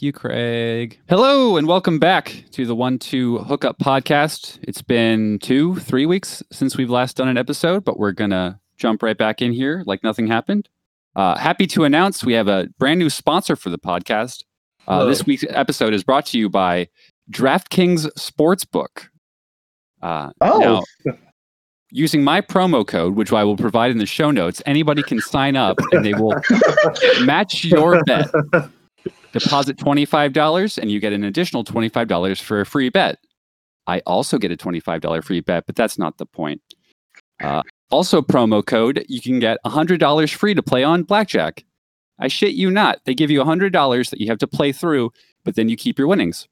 you, Craig. Hello, and welcome back to the One Two Hookup Podcast. It's been two, three weeks since we've last done an episode, but we're gonna jump right back in here like nothing happened. Uh, happy to announce we have a brand new sponsor for the podcast. Uh, Whoa. this week's episode is brought to you by DraftKings Sportsbook. Uh, Oh, now, using my promo code, which I will provide in the show notes, anybody can sign up and they will match your bet. Deposit $25 and you get an additional $25 for a free bet. I also get a $25 free bet, but that's not the point. Uh, also, promo code, you can get $100 free to play on Blackjack. I shit you not. They give you $100 that you have to play through, but then you keep your winnings.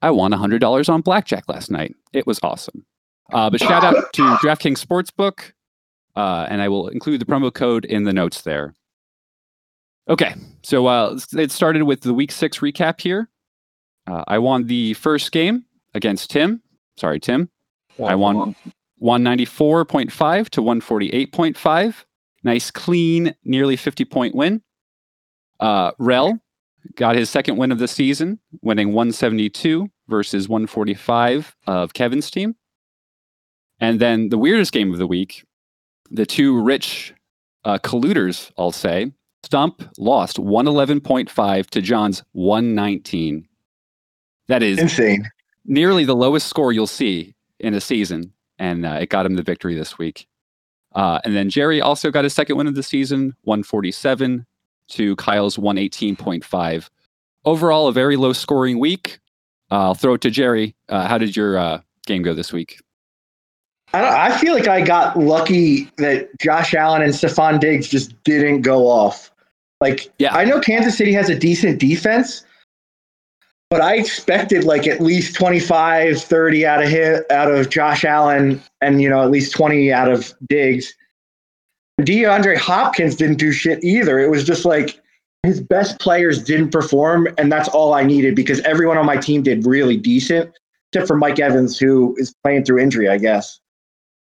I won $100 on Blackjack last night. It was awesome. Uh, but shout out to DraftKings Sportsbook, uh, and I will include the promo code in the notes there. Okay, so uh, let's- it started with the week six recap here. Uh, I won the first game against Tim. Sorry, Tim. I won 194.5 to 148.5. Nice, clean, nearly 50 point win. Uh, Rel got his second win of the season, winning 172 versus 145 of Kevin's team. And then the weirdest game of the week, the two rich uh, colluders, I'll say. Stump lost 111.5 to John's 119. That is Insane. nearly the lowest score you'll see in a season, and uh, it got him the victory this week. Uh, and then Jerry also got his second win of the season, 147 to Kyle's 118.5. Overall, a very low scoring week. Uh, I'll throw it to Jerry. Uh, how did your uh, game go this week? I, don't, I feel like I got lucky that Josh Allen and Stephon Diggs just didn't go off. Like, Yeah. I know Kansas City has a decent defense, but I expected like at least 25, 30 out of hit, out of Josh Allen and, you know, at least 20 out of Diggs. DeAndre Hopkins didn't do shit either. It was just like his best players didn't perform, and that's all I needed because everyone on my team did really decent, except for Mike Evans, who is playing through injury, I guess.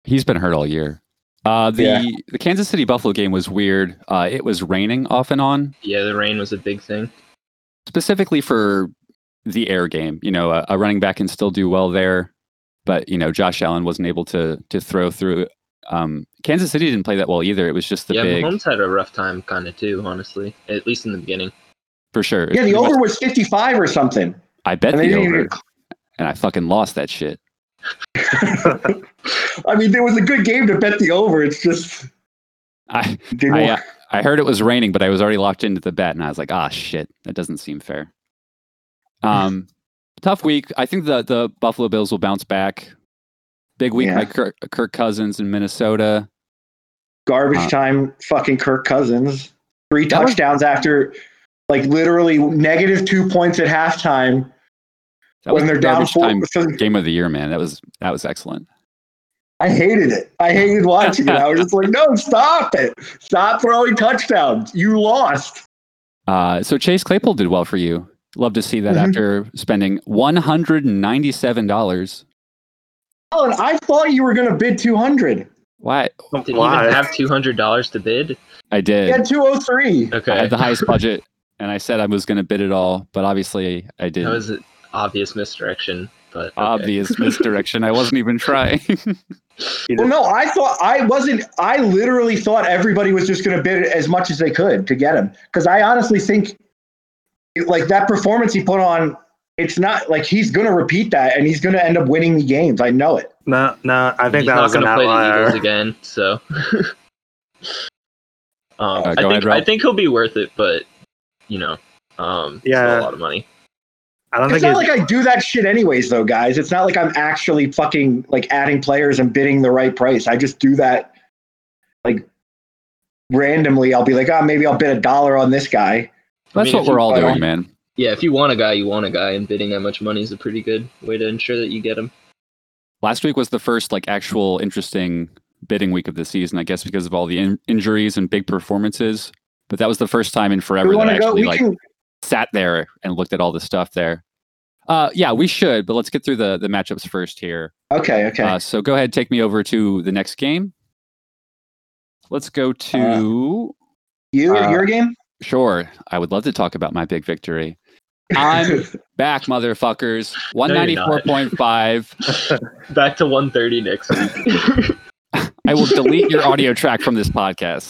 He's been hurt all year. Uh, the Yeah. the Kansas City Buffalo game was weird. Uh, it was raining off and on, Yeah, the rain was a big thing. specifically for the air game. You know, a, a running back can still do well there, but you know, Josh Allen wasn't able to to throw through. Um, Kansas City didn't play that well either. It was just the yeah, big Mahomes had a rough time, kind of too, honestly. At least in the beginning. for sure. Yeah, It the was- over was 55 or something. I bet And they the didn't over, even, and I fucking lost that shit. I mean, it was a good game to bet the over. It's just I didn't I, uh, work. I heard it was raining, but I was already locked into the bet, and I was like, ah, shit, that doesn't seem fair. Um, tough week. I think the the Buffalo Bills will bounce back. Big week Yeah. by Kirk, Kirk Cousins in Minnesota. garbage uh, time. Fucking Kirk Cousins, three That was- touchdowns after like literally negative two points at halftime That when was they're the down garbage four. time game of the year, man. That was that was excellent. I hated it. I hated watching it. I was just like, no, stop it. Stop throwing touchdowns. You lost. Uh, so Chase Claypool did well for you. Love to see that Mm-hmm. Mhm. after spending one hundred and ninety-seven dollars. Alan, I thought you were going to bid 200. Why? Did he even have two hundred dollars to bid? I did. You had 203. I Okay, had the highest budget, and I said I was going to bid it all, but obviously I that didn't. was an obvious misdirection, but okay. Obvious misdirection. I wasn't even trying. Well, no, I thought I wasn't. I literally thought everybody was just going to bid as much as they could to get him because I honestly think, like that performance he put on, it's not like he's going to repeat that and he's going to end up winning the games. I know it. No, no, I think He's that not was an gonna play the Eagles outlier. again. So, um, Uh, I go think ahead, Rob. I think he'll be worth it, but you know, um, yeah, Yeah. a lot of money. I don't It's think not he's, like I do that shit anyways, though, guys. It's not like I'm actually fucking like adding players and bidding the right price. I just do that like randomly. I'll be like, oh, maybe I'll bid a dollar on this guy. I That's mean, what if you we're all buy doing, it- man. Yeah, if you want a guy, you want a guy, and bidding that much money is a pretty good way to ensure that you get him. Last week was the first like actual interesting bidding week of the season, I guess, because of all the in- injuries and big performances. But that was the first time in forever we that want I to go. actually We like can. sat there and looked at all the stuff there. Uh, yeah, we should, but let's get through the the matchups first here. Okay. Okay. Uh, so go ahead, take me over to the next game. Let's go to you uh, your game. Uh. sure. I would love to talk about my big victory. I'm back, motherfuckers. One No, ninety you're four not. point five. Back to 130 next week. I will delete your audio track from this podcast.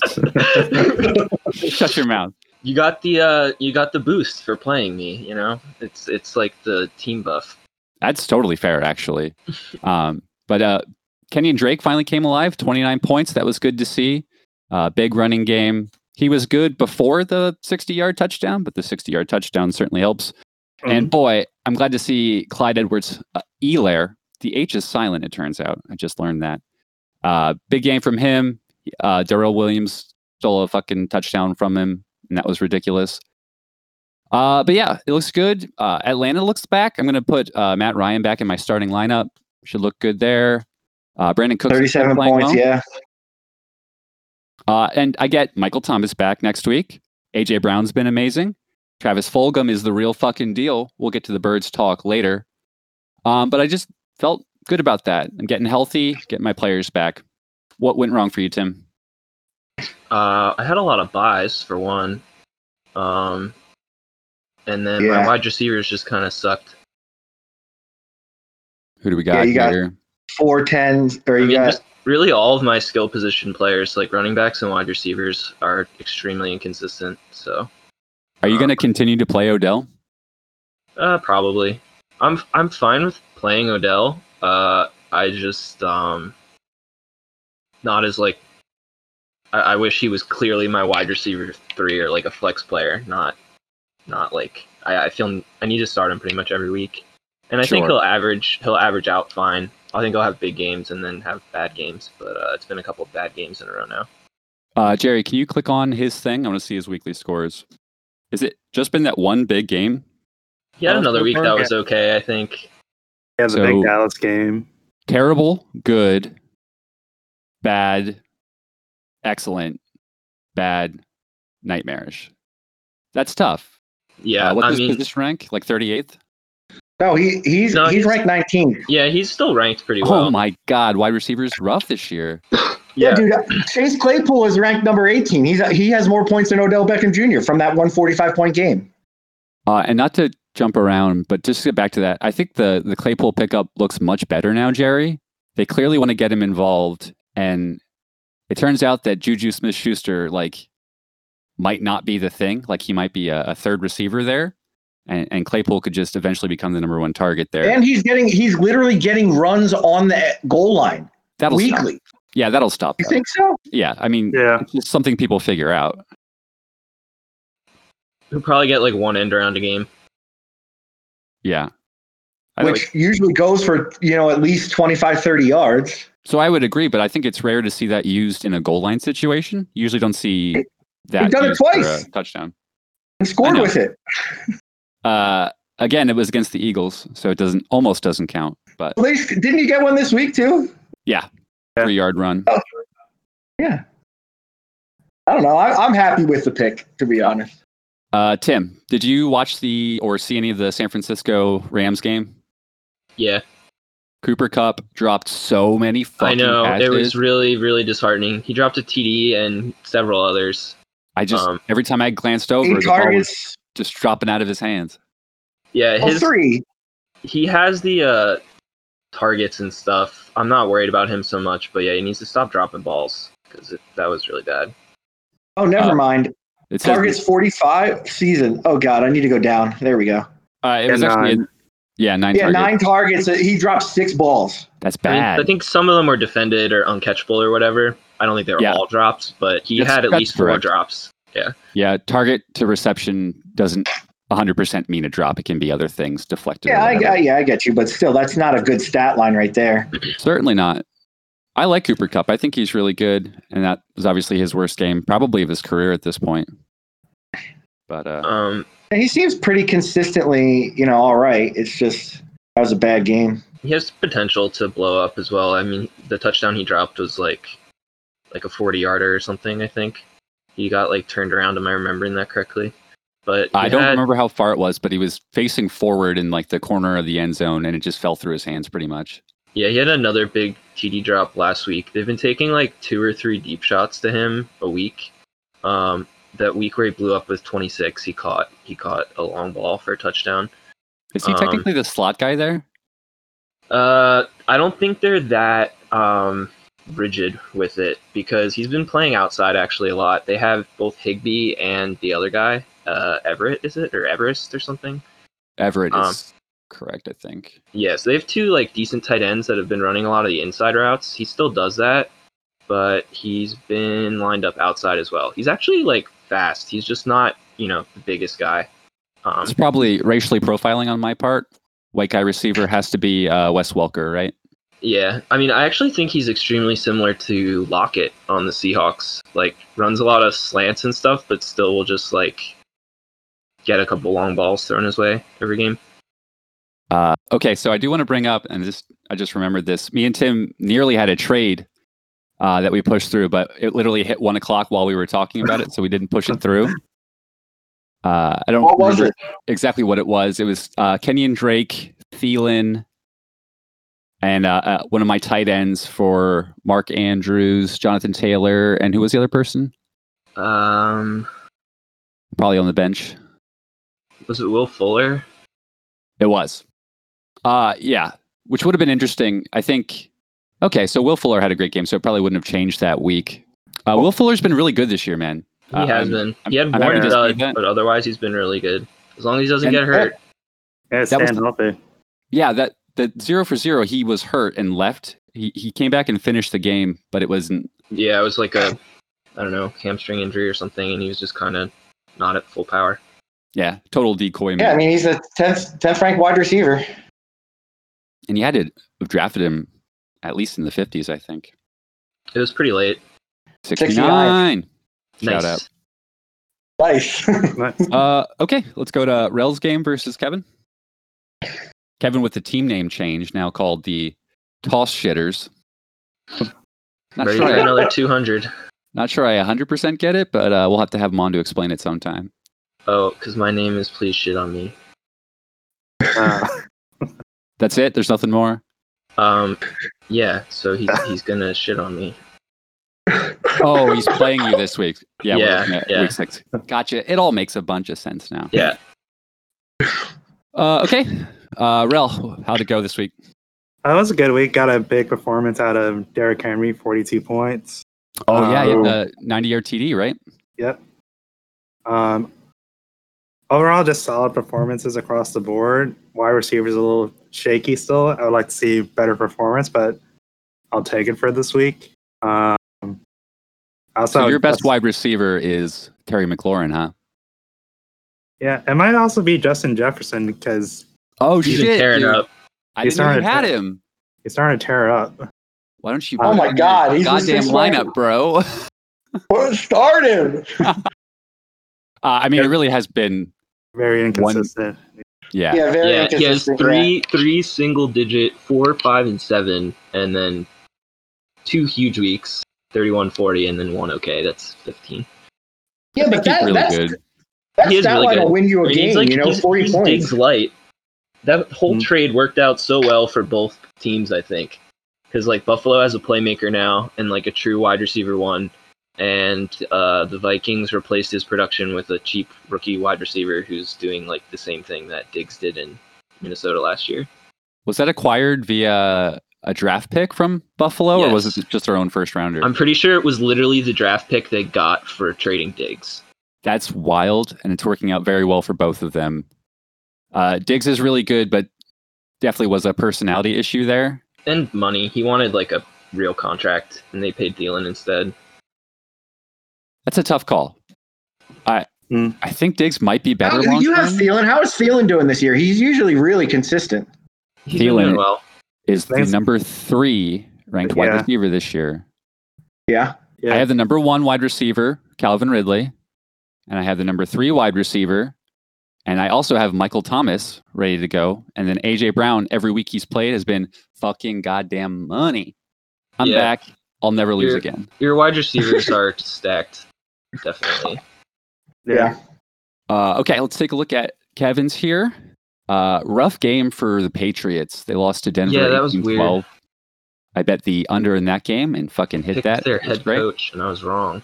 Shut your mouth. you got the uh, you got the boost for playing me. You know, it's it's like the team buff. That's totally fair, actually. Um, but uh, Kenny and Drake finally came alive. Twenty nine points. That was good to see. Uh, big running game. He was good before the sixty yard touchdown, but the sixty yard touchdown certainly helps. And boy, I'm glad to see Clyde Edwards uh, Elair. The H is silent, it turns out. I just learned that. Uh, big game from him. Uh, Darrell Williams stole a fucking touchdown from him, and that was ridiculous. Uh, but yeah, it looks good. Uh, Atlanta looks back. I'm going to put uh, Matt Ryan back in my starting lineup. Should look good there. Uh, Brandon Cooks. Thirty-seven playing points. well. Yeah. Uh, and I get Michael Thomas back next week. AJ Brown's been amazing. Travis Fulgham is the real fucking deal. We'll get to the birds talk later. Um, but I just felt good about that. I'm getting healthy, getting my players back. What went wrong for you, Tim? Uh, I had a lot of buys for one, um, and then Yeah. my wide receivers just kind of sucked. Who do we Yeah, got you got- here? Four tens, or I you mean, got just really all of my skill position players, like running backs and wide receivers, are extremely inconsistent. So Are uh, you going to continue to play Odell? Uh, probably. I'm I'm fine with playing Odell. Uh, I just um, not as like. I, I wish he was clearly my wide receiver three or like a flex player, not, not like I, I feel I need to start him pretty much every week, and I think Sure. he'll average he'll average out fine. I think he'll have big games and then have bad games, but uh, it's been a couple of bad games in a row now. Uh, Jerry, can you click on his thing? I want to see his weekly scores. Is it just been that one big game? He had Oh, another so week far, that yeah. was okay, I think. Yeah, the So- big Dallas game. Terrible, good, bad, excellent, bad, nightmarish. That's tough. Yeah, Uh, what I does mean, position rank? Like 38th? no. He he's No, he's, he's- ranked nineteen. yeah, he's still ranked pretty well. Oh my God. Wide receivers rough this year. Yeah, dude. Chase Claypool is ranked number eighteen. He's he has more points than Odell Beckham Jr. from that one forty-five point game. Uh, and not to jump around, but just to get back to that, I think the, the Claypool pickup looks much better now, Jerry. They clearly want to get him involved. And it turns out that Juju Smith Schuster, like, might not be the thing. Like, he might be a, a third receiver there. And, and Claypool could just eventually become the number one target there. And he's getting he's literally getting runs on the goal line that'll stop. weekly. Yeah, that'll stop. You though. think so? Yeah, I mean, Yeah. it's something people figure out. He'll probably get like one end around a game. Yeah. I Which usually goes for you know at least 25, 30 yards. So I would agree, but I think it's rare to see that used in a goal line situation. You usually don't see that We've done it used for twice. a touchdown. And I scored know. with it. Uh, again, it was against the Eagles, so it doesn't almost doesn't count. But At least didn't you get one this week too? Yeah. three yard run. Yeah. I don't know. I, I'm happy with the pick, to be honest. Uh, Tim, did you watch the or see any of the San Francisco Rams game? Yeah, Cooper Cup dropped so many I fucking know passes. it was really, really disheartening. He dropped a TD and several others. I just um, every time I glanced over, Eight the ball was targets, just dropping out of his hands. Yeah, well, his three. he has the uh, targets and stuff. I'm not worried about him so much, but yeah, he needs to stop dropping balls because that was really bad. Oh, never Uh, mind. It says Targets 45 season. Oh God, I need to go down. There we go. Uh, it was Yeah, actually nine. yeah nine. Yeah, targets. nine targets. He dropped six balls. That's I mean, bad. I think some of them were defended or uncatchable or whatever. I don't think they were Yeah. all drops, but he That's- had at that's least four correct. drops. yeah, target to reception doesn't 100% mean a drop. It can be other things deflected. or Yeah, I, whatever. I, yeah, I get you, but still, that's not a good stat line right there. Certainly not. I like Cooper Cup. I think he's really good, and that was obviously his worst game, probably of his career at this point. But uh, Um, He seems pretty consistently, you know, all right. It's just that was a bad game. he has potential to blow up as well. I mean, the touchdown he dropped was like like a 40 yarder or something, I think. He got like turned around. Am I remembering that correctly? But he I don't had- remember how far it was, but he was facing forward in like the corner of the end zone, and it just fell through his hands pretty much. Yeah, he had another big TD drop last week. They've been taking like two or three deep shots to him a week. Um, that week where he blew up was 26. He caught he caught a long ball for a touchdown. Is he Um, technically the slot guy there? Uh, I don't think they're that um, rigid with it because he's been playing outside actually a lot. They have both Higby and the other guy, uh, Everett, is it or Everest or something? Everett um, is correct, I think. Yeah, so they have two like decent tight ends that have been running a lot of the inside routes. He still does that, but he's been lined up outside as well. He's actually like fast. He's just not you know the biggest guy. Um, It's probably racially profiling on my part. White guy receiver has to be uh, Wes Welker, right? Yeah, I mean, I actually think he's extremely similar to Lockett on the Seahawks. Like, runs a lot of slants and stuff, but still will just like get a couple long balls thrown his way every game. Uh, okay, so I do want to bring up, and just I just remembered this. Me and Tim nearly had a trade uh, that we pushed through, but it literally hit one o'clock while we were talking about it, so we didn't push it through. Uh, I don't What was remember it? exactly what it was. It was uh, Kenyon Drake, Thielen, and uh, uh, one of my tight ends for Mark Andrews, Jonathan Taylor, and who was the other person? Um, Probably on the bench. was it Will Fuller? It was. Uh yeah, which would have been interesting. I think okay, so Will Fuller had a great game, so it probably wouldn't have changed that week. Uh, Will Fuller's been really good this year, man. He Uh, has I'm- been. He had I'm one happy to dud, see that. but otherwise he's been really good. As long as he doesn't And- get hurt. Yeah, That was- stand healthy. Yeah, that that 0 for 0, he was hurt and left. He he came back and finished the game, but it wasn't Yeah, it was like a, I don't know, hamstring injury or something, and he was just kind of not at full power. yeah, total decoy man. Yeah, I mean he's a tenth tenth ranked wide receiver. and you had to have drafted him at least in the 50s, I think. It was pretty late. 69. 69. Shout Nice. out. Nice. Uh, okay, let's go to Rel's game versus Kevin. Kevin with the team name change, now called the Toss Shitters. Not Ready sure, for I, another 200. not sure I 100% get it, but uh, we'll have to have Mondo explain it sometime. Oh, because my name is Please Shit on Me. Uh, That's it. There's nothing more. Um, yeah. So he's he's gonna shit on me. Oh, he's playing you this week. Yeah, we're Yeah, looking at yeah. week six. Gotcha. It all makes a bunch of sense now. Yeah. Uh, okay, uh, Rel, how'd it go this week? that was a good week. Got a big performance out of Derrick Henry, 42 points. Oh yeah, you Um, had the 90 yard TD, right? Um, overall, just solid performances across the board. Wide receivers a little shaky still. I would like to see better performance, but I'll take it for this week. Um, also, So your best that's- wide receiver is Terry McLaurin, huh? Yeah, it might also be Justin Jefferson because Oh He's shit, been tearing dude. up. I He's didn't know you starting to had tear- him. he's starting to tear up. Why don't you? Oh put my him in God, your he's goddamn just playing. lineup, bro. Uh, Start him. I mean, it really has been. Very inconsistent. Yeah. Yeah, very yeah. He has inconsistent. three three single digit four five and seven, and then two huge weeks. 31 40 and then one okay that's 15 Yeah, yeah I but think he's that, really that's good. That's He is that really line good. will win you a He's game, like- you know, he's- 40 he's points. Mm-hmm. Diggs light that whole Mhm. trade worked out so well for both teams i think because like buffalo has a playmaker now and like a true wide receiver one and uh, the vikings replaced his production with a cheap rookie wide receiver who's doing like the same thing that diggs did in minnesota last year Was that acquired via a draft pick from Buffalo, or was Yes. it just their own first rounder? I'm pretty sure it was literally the draft pick they got for trading Diggs. That's wild, and it's working out very well for both of them. Uh, Diggs is really good, but definitely was a personality issue there. And money. He wanted like a real contract, and they paid Thielen instead. That's a tough call. I Mm. I think Diggs might be better. Hmm. How- long you have term. Thielen. How is Thielen doing this year? He's usually really consistent. He's been Thielen. doing well. is the Thanks. number three ranked wide Yeah. receiver this year. Yeah. Yeah, I have the number one wide receiver, Calvin Ridley, and I have the number three wide receiver, and I also have Michael Thomas ready to go, and then AJ Brown. Every week he's played has been fucking goddamn money. I'm Yeah. back. I'll never lose You're- again. Your wide receivers are stacked, definitely. yeah. yeah. Uh, okay, let's take a look at Kevin's here. Uh, rough game for the Patriots. They lost to Denver. Yeah, that was weird. 18-12. I bet the under in that game and fucking hit Picked that. their It was head great. coach, and I was wrong.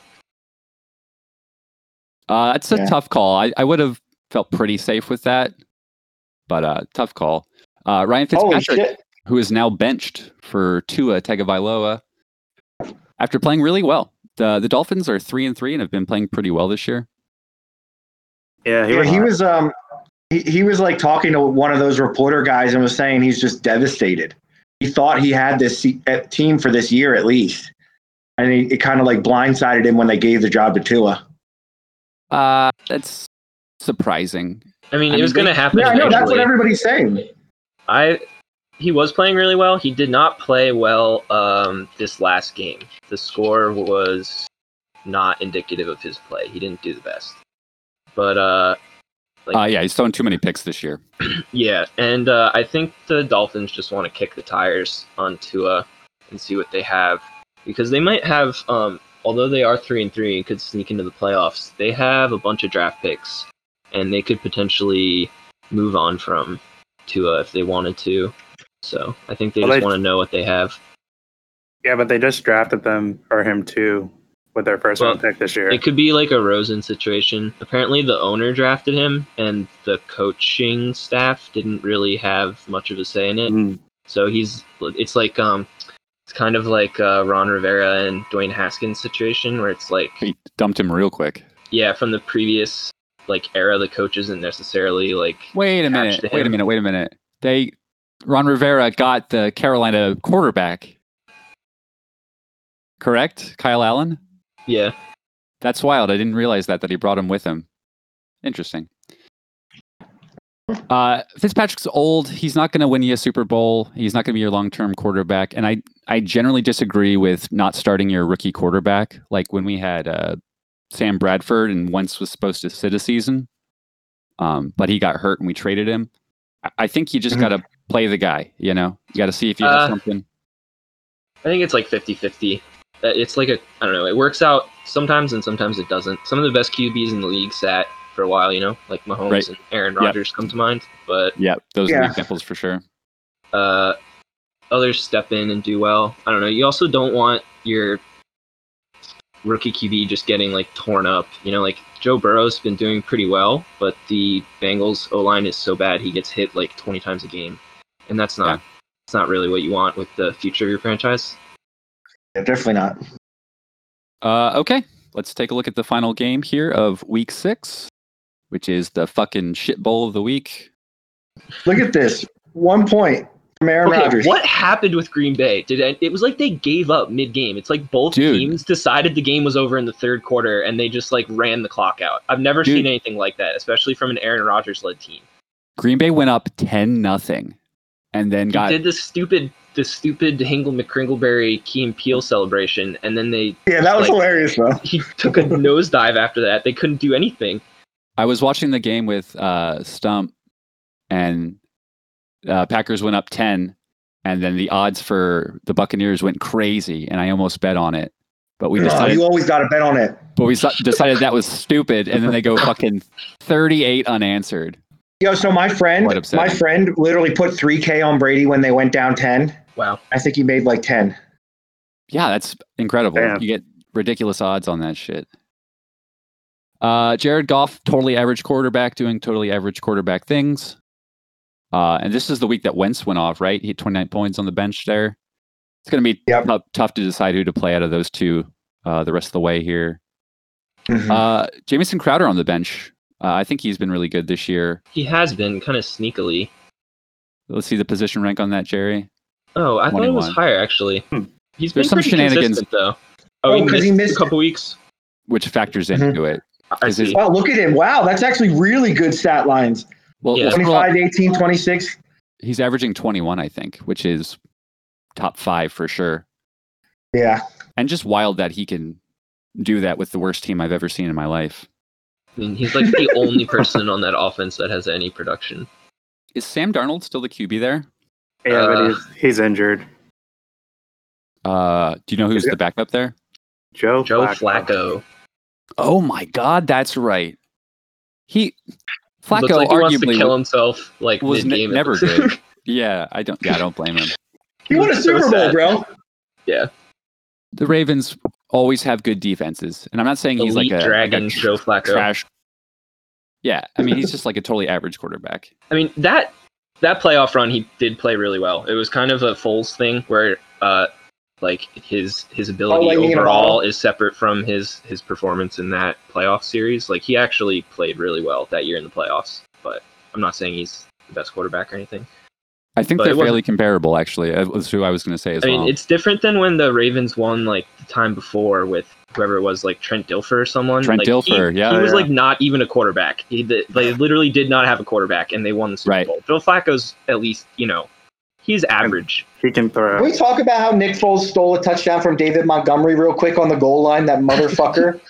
Uh, it's a Yeah. tough call. I, I would have felt pretty safe with that, but uh, tough call. Uh, Ryan Holy Fitzpatrick, shit. who is now benched for Tua Tagovailoa after playing really well. The the Dolphins are three and three and have been playing pretty well this year. Yeah, he Yeah, was. he was um he, he was like talking to one of those reporter guys and was saying he's just devastated. He thought he had this se- uh, team for this year at least. And he, it kind of like blindsided him when they gave the job to Tua. Uh, that's surprising. I mean, I it was mean, going to happen. Yeah, I know. That's what eventually. everybody's saying. I he was playing really well. He did not play well um, this last game. The score was not indicative of his play. He didn't do the best. But uh, Uh, yeah, he's thrown too many picks this year. yeah, and uh, I think the Dolphins just want to kick the tires on Tua and see what they have because they might have. Um, although they are three and three and could sneak into the playoffs, they have a bunch of draft picks, and they could potentially move on from Tua if they wanted to. So I think they Well, just they- want to know what they have. Yeah, but they just drafted them or him too with their first Well, round pick this year. It could be like a Rosen situation. Apparently, the owner drafted him, and the coaching staff didn't really have much of a say in it. Mm. So he's it's like um it's kind of like uh, Ron Rivera and Dwayne Haskins situation where it's like He dumped him real quick. yeah from the previous like era the coach isn't necessarily like Wait a minute. Catch Wait a him. minute. Wait a minute. They Ron Rivera got the Carolina quarterback. Correct? Kyle Allen? yeah That's wild. I didn't realize that that he brought him with him. Interesting. Uh, Fitzpatrick's old. He's not going to win you a Super Bowl. He's not going to be your long-term quarterback. And I, I generally disagree with not starting your rookie quarterback. Like when we had uh, Sam Bradford and Wentz was supposed to sit a season, um, but he got hurt and we traded him. I, I think you just Mhm. got to play the guy. You know, you got to see if you have Uh, something. I think it's like 50-50. Uh, It's like a I don't know it works out sometimes and sometimes it doesn't. Some of the best QBs in the league sat for a while you know like Mahomes Right. and Aaron Yep. Rodgers come to mind, but Yeah, those are Yeah. the examples for sure. uh, others step in and do well. I don't know. You also don't want your rookie QB just getting like torn up. You know, like Joe Burrow's been doing pretty well, but the Bengals O line is so bad he gets hit like 20 times a game, and that's not that's not really what you want with the future of your franchise. Yeah, definitely not. Uh, okay, let's take a look at the final game here of week six, which is the fucking shit bowl of the week. Look at this. One point from Aaron Okay, Rodgers. what happened with Green Bay? Did I, it was like they gave up mid game? It's like both Dude. teams decided the game was over in the third quarter and they just like ran the clock out. I've never Dude. seen anything like that, especially from an Aaron Rodgers led team. Green Bay went up 10 nothing and then He got did this stupid, this stupid Hingle McCringleberry Key and Peel celebration, and then they Yeah, that was Like- hilarious, though. he took a nosedive after that. They couldn't do anything. I was watching the game with uh, Stump, and uh, Packers went up ten, and then the odds for the Buccaneers went crazy, and I almost bet on it, but we Oh, decided, you always got to bet on it. but we so- decided that was stupid, and then they go fucking thirty-eight unanswered. Yo, so my friend, Quite upsetting. my friend literally put 3K on Brady when they went down 10. Wow. I think he made like 10. Yeah, that's incredible. Damn. You get ridiculous odds on that shit. Uh, Jared Goff, totally average quarterback, doing totally average quarterback things. Uh, and this is the week that Wentz went off, right? He had 29 points on the bench there. It's going to be Yep. tough, tough to decide who to play out of those two uh, the rest of the way here. Hmm. Oh, Uh, Jamison Crowder on the bench. Uh, I think he's been really good this year. He has been kind of sneakily. Let's see the position rank on that, Jerry. Oh, I thought it was 21. higher actually. He's been Hmm. There's some pretty shenanigans. consistent though. Oh, Oh, he 'cause missed, he a missed couple weeks. Which factors Mhm. into it? I Is his- see. Wow, look at him. Wow, that's actually really good stat lines. Well, Yeah. we'll scroll up- 25, 18, 26. he's averaging 21, I think, which is top five for sure. Yeah. and just wild that he can do that with the worst team I've ever seen in my life. I mean, he's like the only person on that offense that has any production. Is Sam Darnold still the QB there? yeah, but Uh, he's, he's injured. Uh, do you know who's Yeah. the backup there? Joe, Joe Flacco. Oh my God, that's right. He Looks Flacco like he wants to arguably kill himself. Like was ne- mid-game, it never looks good. like. Yeah, I don't. Yeah, I don't blame him. He won a That's so Super Bowl, sad. bro. The Ravens always have good defenses. And I'm not saying he's like Elite a, like a Dragon tr- Joe Flacco. trash. Yeah, I mean he's just like a totally average quarterback. I mean that that playoff run he did play really well. It was kind of a Foles thing where uh like his his ability lightning in a overall bottle. is separate from his his performance in that playoff series. Like he actually played really well that year in the playoffs, but I'm not saying he's the best quarterback or anything. I think But they're it wasn't- fairly comparable, actually. uh, That's who I was going to say as I mean, well. it's different than when the Ravens won like the time before with whoever it was, like Trent Dilfer or someone. Trent Like, he- Dilfer, yeah, he was yeah. like not even a quarterback. He, they, they literally did not have a quarterback, and they won the Super Right. Bowl. Joe Flacco's at least you know he's average. He can Can throw. we talk about how Nick Foles stole a touchdown from David Montgomery real quick on the goal line? That motherfucker.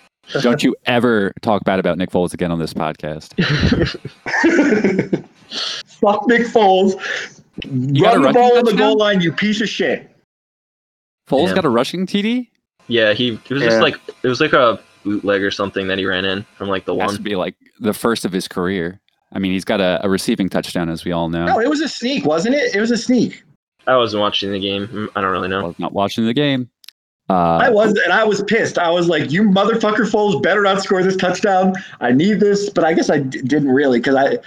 Don't you ever talk bad about Nick Foles again on this podcast. Fuck Nick Foles. You got a rushing Run the ball on the touchdown? goal line, you piece of shit. Foles Yeah. got a rushing TD. Yeah, he it was Yeah. just like it was like a bootleg or something that he ran in from like the Has to one. be like the first of his career. I mean, he's got a, a receiving touchdown, as we all know. Oh, No, it was a sneak, wasn't it? It was a sneak. I wasn't watching the game. Mm, I don't really I know. was not watching the game. I Uh, was, and I was pissed. I was like, "You motherfucker, Foles, better not score this touchdown. I need this." But I guess I d- didn't really, because I,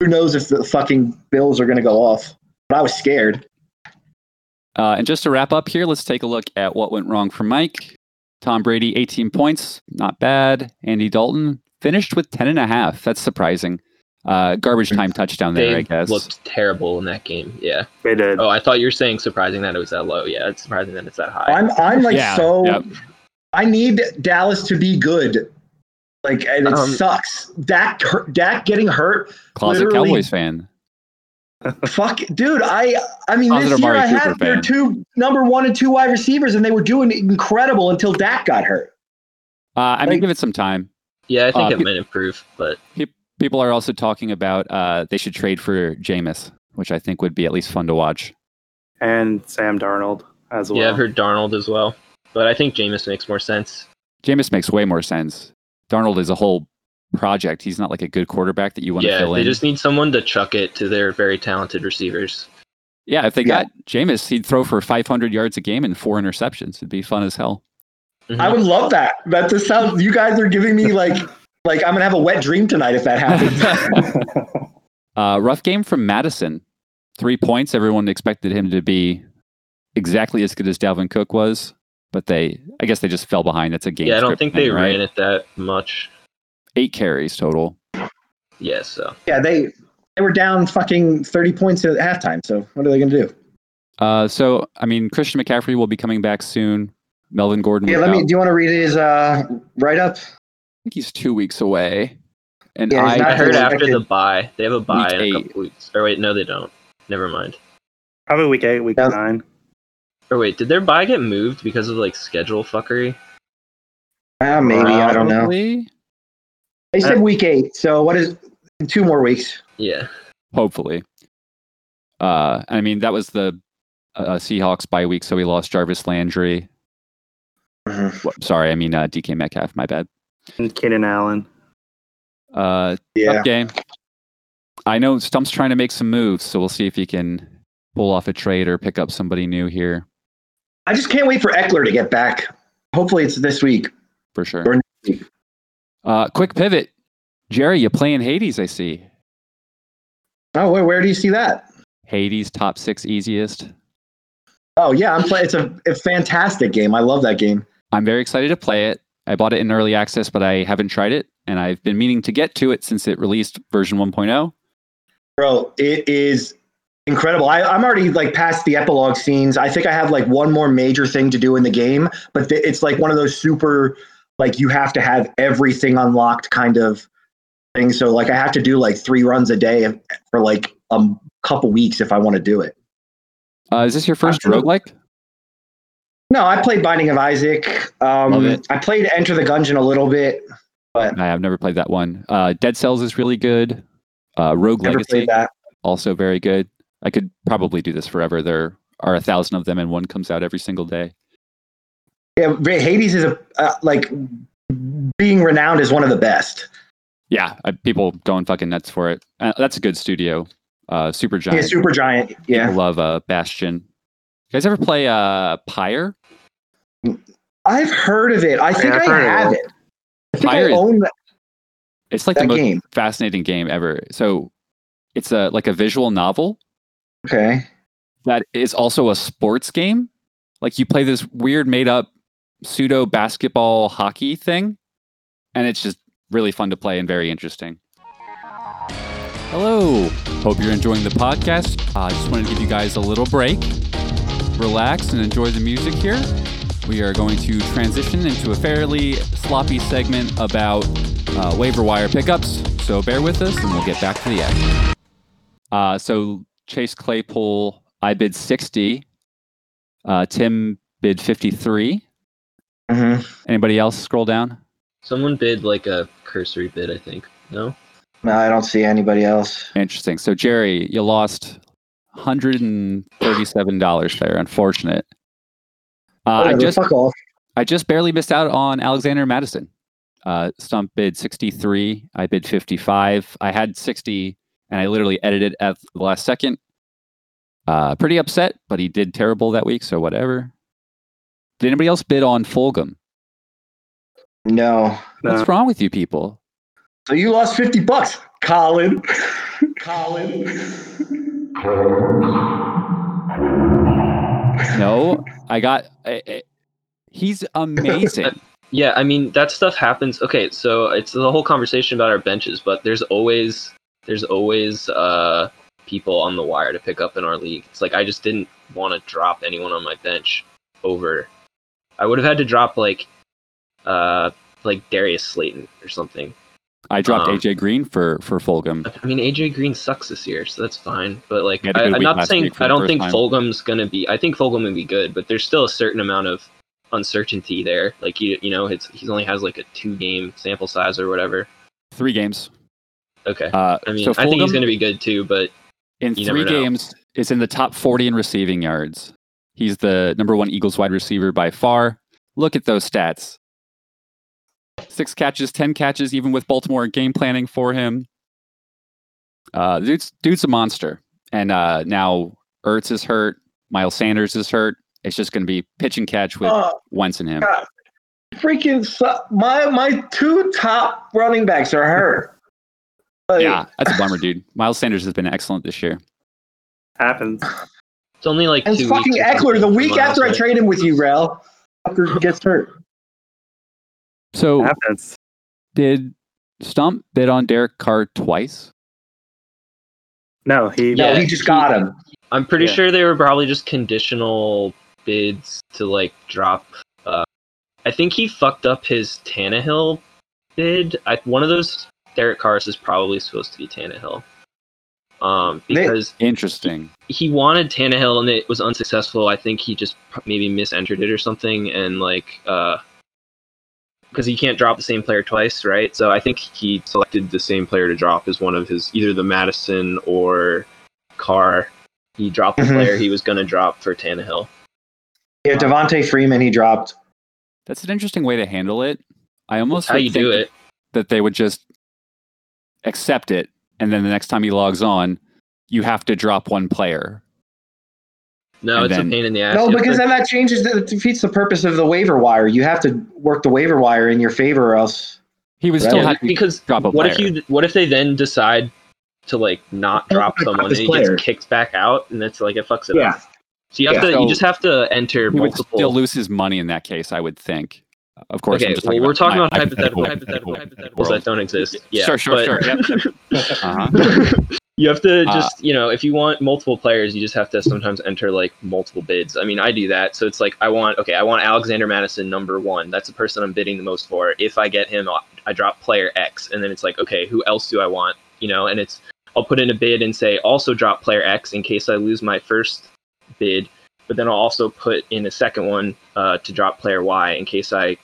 who knows if the fucking Bills are gonna go off. But I was scared. uh, and just to wrap up here, let's take a look at what went wrong for Mike. Tom Brady, 18 points, not bad. Andy Dalton finished with 10 and a half. That's surprising. Uh, garbage time touchdown there, I They guess. looked terrible in that game. Yeah. They did. Oh, I thought you were saying surprising that it was that low. Yeah, it's surprising that it's that high. I'm, I'm like Yeah, so. yep. I need Dallas to be good. Like, and it Um, sucks. Dak, hurt- Dak getting hurt. Closet literally- Cowboys fan. Fuck, dude. I, I mean, I was this an year Amari I Cooper had their fan. two number one and two wide receivers, and they were doing incredible until Dak got hurt. Uh, I mean, Like- give it some time. yeah, I think uh, it might improve, but People are also talking about uh, they should trade for Jameis, which I think would be at least fun to watch. And Sam Darnold as well. yeah, I've heard Darnold as well. But I think Jameis makes more sense. Jameis makes way more sense. Darnold is a whole project. He's not like a good quarterback that you want to Yeah, fill they in. just need someone to chuck it to their very talented receivers. yeah, if they Yeah. got Jameis, he'd throw for 500 yards a game and four interceptions. It'd be fun as hell. Mm-hmm. Mhm. I would love that. That just sounds. You guys are giving me like, like I'm gonna have a wet dream tonight if that happens. Uh, rough game from Madison. Three points. Everyone expected him to be exactly as good as Dalvin Cook was, but they, I guess they just fell behind. That's a game. yeah, I don't script think thing, they right? ran it that much. Eight carries total. Yeah, so yeah, they they were down fucking thirty points at halftime. So what are they gonna do? Uh, so, I mean, Christian McCaffrey will be coming back soon. Melvin Gordon. Yeah, was let me. out. Do you want to read his uh, write up? I think he's two weeks away. And Yeah, he's I, not I heard really after the affected. bye, they have a bye Week in a eight. couple weeks. Or wait, no, they don't. Never mind. Probably week eight, week Yeah. nine. Or wait, did their bye get moved because of like schedule fuckery? Uh, maybe I don't know. Probably. They said week eight. So what is two more weeks? Yeah. Hopefully. Uh, I mean, that was the uh, Seahawks bye week, so we lost Jarvis Landry. Mm-hmm. Wha- Sorry, I mean uh, DK Metcalf. My bad. And Kaden Allen. Uh, Yeah. Tough game. I know Stump's trying to make some moves, so we'll see if he can pull off a trade or pick up somebody new here I just can't wait for Eckler to get back. Hopefully it's this week. for sure. Or next week. Uh, quick pivot, Jerry. You playing Hades? I see. Oh, where, where do you see that? Hades top six easiest. Oh yeah, I'm playing. It's a, a fantastic game. I love that game. I'm very excited to play it. I bought it in early access, but I haven't tried it, and I've been meaning to get to it since it released version oh. 1.0. Bro, it is incredible. I, I'm already like past the epilogue scenes. I think I have like one more major thing to do in the game, but th- it's like one of those super like you have to have everything unlocked kind of thing. So like I have to do like three runs a day for like a couple weeks if I want to do it. Uh, is this your first Absolutely. roguelike? No, I played Binding of Isaac. Love Um, it. I played Enter the Gungeon a little bit. I have never played that one. Uh, Dead Cells is really good. Uh, Rogue Never Legacy. played that. also very good. I could probably do this forever. There are a thousand of them, and one comes out every single day. Yeah, but Hades is a uh, like being renowned as one of the best. Yeah, I, people going fucking nuts for it. Uh, that's a good studio. Uh, Super Yeah, giant. super giant. Yeah. Love uh, Bastion. You guys ever play uh, Pyre? I've heard of it. I think I've I heard of have it. it. I think Fire I is- own that, It's like that the most game. fascinating game ever. So it's a like a visual novel Okay. that is also a sports game. Like you play this weird made up pseudo basketball hockey thing, and it's just really fun to play and very interesting. Hello. Hope you're enjoying the podcast. Uh, I just wanted to give you guys a little break. Relax and enjoy the music here. We are going to transition into a fairly sloppy segment about uh, waiver wire pickups. So bear with us and we'll get back to the action. Uh, so Chase Claypool, I bid 60. Uh, Tim bid 53. hmm Anybody else scroll down? Someone bid like a cursory bid, I think. No? No, I don't see anybody else. Interesting. So Jerry, you lost $137 there. Unfortunate. Uh, I Whatever, just fuck off. I just barely missed out on Alexander Madison. Uh, Stump bid 63. I bid 55. I had 60, and I literally edited at the last second. Uh, pretty upset, but he did terrible that week, so whatever. Did anybody else bid on Fulgham? No. No. What's wrong with you people? So you lost fifty bucks, Colin. Colin. No, I got. I, I- he's amazing. Yeah, I mean that stuff happens. Okay, so it's the whole conversation about our benches, but there's always there's always uh people on the wire to pick up in our league. It's like I just didn't want to drop anyone on my bench over. I would have had to drop like uh like Darius Slayton or something. I dropped Um, AJ Green for for Fulgham. I mean AJ Green sucks this year, so that's fine. But like He had a I, good I'm week not last saying week for I the don't first think time. Fulgham's gonna be. I think Fulgham would be good, but there's still a certain amount of uncertainty there. Like you you know, it's he's only has like a two game sample size or whatever. Three games. Okay. Uh, I mean, so I think he's Fulgham- going to be good too, but in You three never know. games is in the top 40 in receiving yards. He's the number one Eagles wide receiver by far. Look at those stats. Six catches, 10 catches, even with Baltimore game planning for him. Uh, dude's, dude's a monster. And uh, now Ertz is hurt. Miles Sanders is hurt. It's just going to be pitch and catch with Oh, Wentz and him. God. freaking su- my my two top running backs are hurt. Like, Yeah, that's a bummer, dude. Miles Sanders has been excellent this year. Happens. it's only like And two fucking weeks or Eckler, the something week from last after I night. trade him with you, Rel, fucker gets hurt. So Happens. did Stump bid on Derek Carr twice? No, he. No, Yeah, he just got him. I'm pretty Yeah. sure they were probably just conditional bids to like drop. Uh, I think he fucked up his Tannehill bid. I, one of those Derek Carrs is probably supposed to be Tannehill, um, They- because Interesting. he wanted Tannehill and it was unsuccessful. I think he just p- maybe misentered it or something, and like because he can't drop the same player twice, right? So I think he selected the same player to drop as one of his either the Madison or Carr. He dropped the Mhm. player he was going to drop for Tannehill. Yeah, Devontae Freeman, he dropped. That's an interesting way to handle it. I almost That's how would you do think it. that they would just accept it, and then the next time he logs on, you have to drop one player. No, and it's then- a pain in the ass. No, You have because to- then that changes, it defeats the purpose of the waiver wire. You have to work the waiver wire in your favor, or else. He would still yeah, have to because drop a what player. if you what if they then decide to like not drop Drop someone and this he player. gets kicked back out and it's like it fucks it up. So you have Yeah. to. So- you just have to enter he would multiple. still lose his money in that case. I would think. Of course, okay, I'm just well, talking we're about talking my about hypothetical, hypothetical, hypotheticals that world. don't exist. Yeah, sure, sure, but sure. Yep. uh-huh. You have to Uh, just, you know, if you want multiple players, you just have to sometimes enter like multiple bids. I mean, I do that, so it's like I want, okay, I want Alexander Madison number one. That's the person I'm bidding the most for. If I get him, I- I drop player X, and then it's like, okay, who else do I want? You know, and it's I'll put in a bid and say also drop player X in case I lose my first bid, but then I'll also put in a second one uh, to drop player Y in case I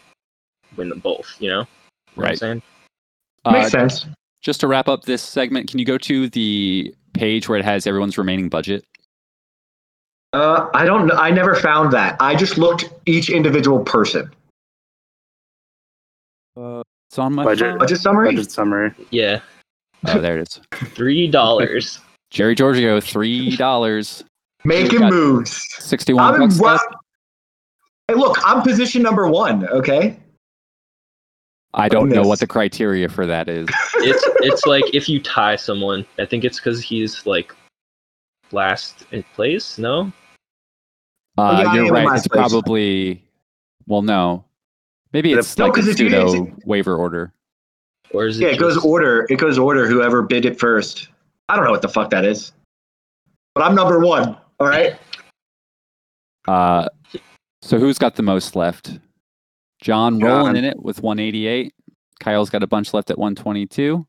win them both. You know, You know what I'm Right. saying? Uh, sense. just to wrap up this segment, can you go to the page where it has everyone's remaining budget? Uh, I don't. kn- I never found that. I just looked each individual person. Uh, It's on my Budget. phone. Budget Uh, summary. Budget summary. Yeah, Oh, there it is. three dollars. Jerry Giorgio, three dollars, Making Got- moves. sixty-one bucks wa- left. Hey, look, I'm position number one. Okay. I don't know Goodness. what the criteria for that is. It's it's like if you tie someone. I think it's because he's like last in place. No, Uh, yeah, I am you're in right. last It's place. probably well, no, maybe Yeah, it's no, like a 'cause if you- pseudo waiver order. or is it? Yeah, it goes just- order. It goes order. Whoever bid it first. I don't know what the fuck that is, but I'm number one. All right. Uh, so who's got the most left? John rolling in John. it with 188. Kyle's got a bunch left at 122.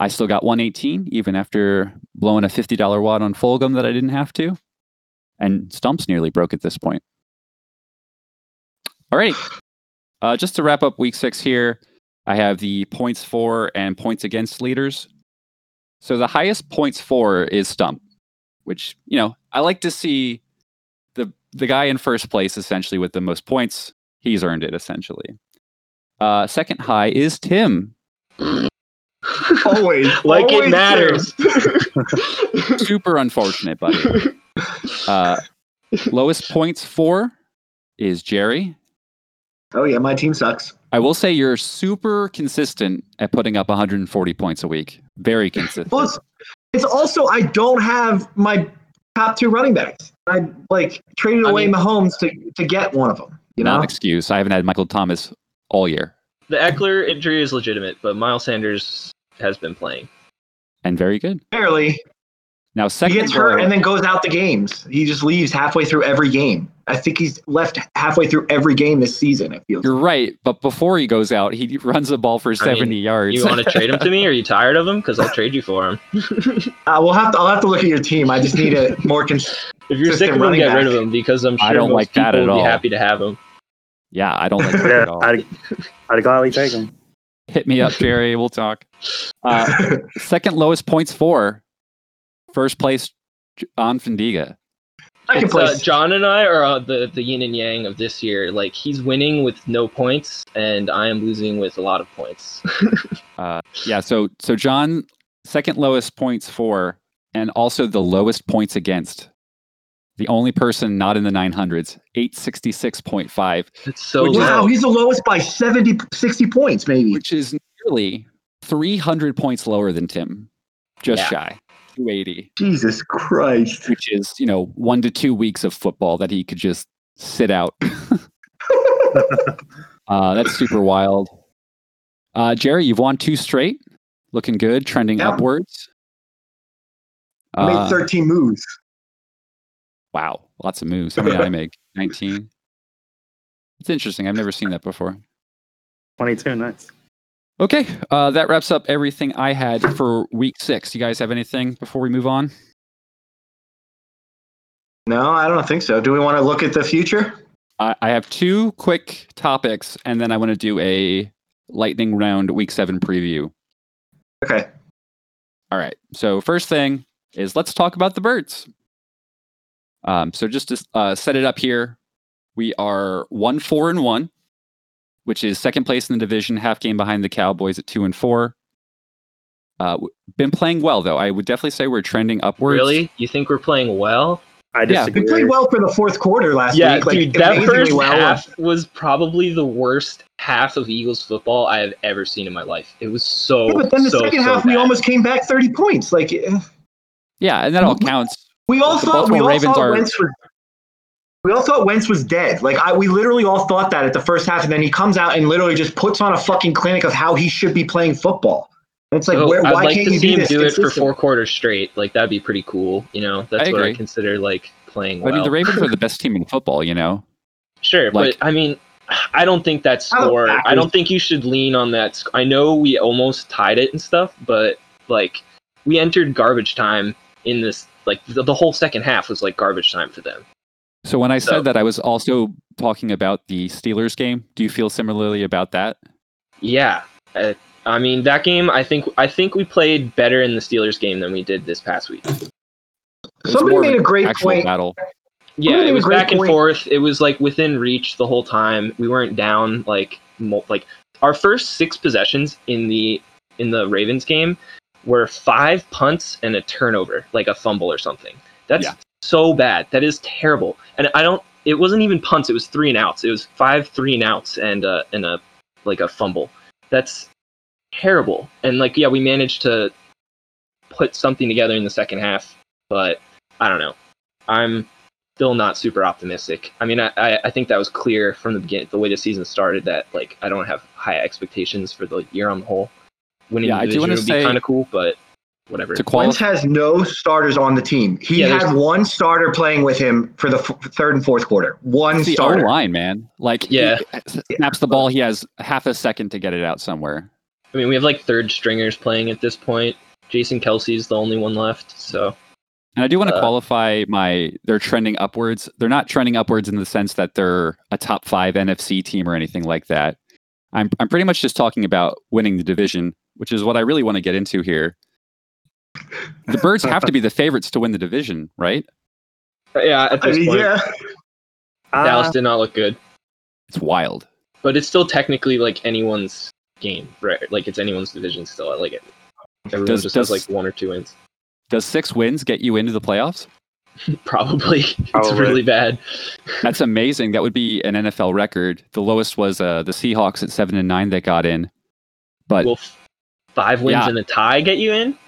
I still got 118, even after blowing a $50 wad on Fulgum that I didn't have to. And Stumps nearly broke at this point. All right. Uh, just to wrap up week six here, I have the points for and points against leaders. So the highest points for is Stump, which, you know, I like to see the the guy in first place essentially with the most points. He's earned it essentially. Uh, second high is Tim, Always. Like it always do. matters. super unfortunate, buddy. Uh, lowest points for is Jerry. oh yeah, my team sucks. I will say you're super consistent at putting up 140 points a week. Very consistent. Well, it's, it's also I don't have my top two running backs. I like traded I away mean- Mahomes to to get one of them. You Not know. an excuse. I haven't had Michael Thomas all year The Eckler injury is legitimate, but Miles Sanders has been playing. and very good. Barely. Now, second He gets hurt row- and then goes out the games. He just leaves halfway through every game. I think he's left halfway through every game this season. It feels. you're right, but before he goes out, he runs the ball for 70 yards. You want to trade him to me? Are you tired of him? Because I'll trade you for him. Uh, we'll have to. I'll have to look at your team. I just need a more. Cons- If you're Just sick a of him, running get back. rid of him because I'm sure I don't most like that people at would all. be happy to have him. yeah, I don't like that Yeah, at all. I'd, I'd gladly take him. Hit me up, Jerry. We'll talk. Uh, second lowest points for first place J- on Fendiga. I can It's, uh, play. John and I are uh, the the yin and yang of this year. Like he's winning with no points, and I am losing with a lot of points. Uh, yeah, so so John second lowest points for and also the lowest points against. The only person not in the 900s, 866.5, It's so Would you- low. wow, he's the lowest by 70, 60 points, maybe. which is nearly 300 points lower than Tim, just Yeah. shy, 280, Jesus Christ. which is, you know, one to two weeks of football that he could just sit out. Uh, that's super wild. Uh, Jerry, you've won two straight, looking good, trending Yeah. upwards. I Uh, made 13 moves. wow, lots of moves. How many did I make? 19. It's interesting. I've never seen that before. 22, nice. Okay, uh, that wraps up everything I had for week six. You guys have anything before we move on? No, I don't think so. Do we want to look at the future? I, I have two quick topics, and then I want to do a lightning round week seven preview. Okay. All right. So first thing is let's talk about the birds. Um, so just to uh, set it up here, we are one four and one, which is second place in the division, half game behind the Cowboys at two and four. Uh, w- been playing well though. I would definitely say we're trending upwards. Really? You think we're playing well? I Yeah, disagree. We played well for the fourth quarter last yeah, week. Like, dude. That amazingly first well. half was probably the worst half of Eagles football I have ever seen in my life. It was so. Yeah, but then the so, second so half, we bad. almost came back 30 points. Like, eh, Yeah, and that all counts. we all The thought, we Baltimore all Ravens thought are- Wentz was. We all thought Wentz was dead. Like I, we literally all thought that at the first half, and then he comes out and literally just puts on a fucking clinic of how he should be playing football. And it's like, So where, Oh, I'd why like can't to you see do him this? do it for consistently? four quarters straight. Like that'd be pretty cool. You know, that's I what I agree. consider like playing I well. mean, the Ravens are the best team in football. You know, Sure, Like- but I mean, I don't think that I don't- score. I don't think you should lean on that. Sc- I know we almost tied it and stuff, but like we entered garbage time in this. Like the, the whole second half was like garbage time for them. So when I said So- that, I was also talking about the Steelers game. Do you feel similarly about that? Yeah, uh, I mean that game. I think I think we played better in the Steelers game than we did this past week. It's Somebody more of made an a great actual point. Battle. Yeah, Really it a was great back and point. forth. It was like within reach the whole time. We weren't down like mo- like our first six possessions in the in the Ravens game were five punts and a turnover, like a fumble or something. That's Yeah. so bad. That is terrible. And I don't it wasn't even punts. It was three and outs. It was five three and outs and uh, and a like a fumble. That's terrible. And like yeah, we managed to put something together in the second half, but I don't know. I'm still not super optimistic. I mean, I, I, I think that was clear from the beginning, the way the season started, that like I don't have high expectations for the year on the whole. Winning Yeah, the I do division wanna would say- be kind of cool, but whatever. To Wentz qualify, has no starters on the team. He Yeah, there's- had one starter playing with him for the f- third and fourth quarter. One it's the O starter. line, man. Like, he Yeah. snaps the ball. He has half a second to get it out somewhere. I mean, we have like third stringers playing at this point. Jason Kelsey's the only one left, so And I do want to Uh, qualify my they're trending upwards. They're not trending upwards in the sense that they're a top five NFC team or anything like that. I'm I'm pretty much just talking about winning the division, which is what I really want to get into here. The birds have to be the favorites to win the division, right? yeah. At I this mean, point, Uh, yeah. Dallas Uh, did not look good, It's wild. but it's still technically like anyone's game, right? Like it's anyone's division still. I like it. Everyone Does- just does- has like one or two wins, Does six wins get you into the playoffs? probably. it's Probably. really bad. That's amazing. That would be an NFL record. The lowest was uh, the Seahawks at seven and nine that got in. But Will f- five wins Uh, Yeah. and a tie get you in?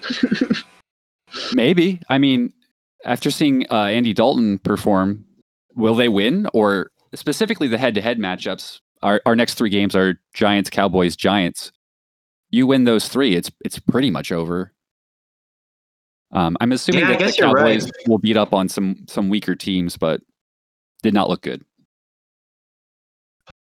Maybe. I mean, after seeing uh, Andy Dalton perform, will they win? Or specifically the head to head matchups? Our, our next three games are Giants, Cowboys, Giants. You win those three, it's it's pretty much over. Um, I'm assuming Yeah, I that the guess you're Cowboys right. will beat up on some some weaker teams, but did not look good.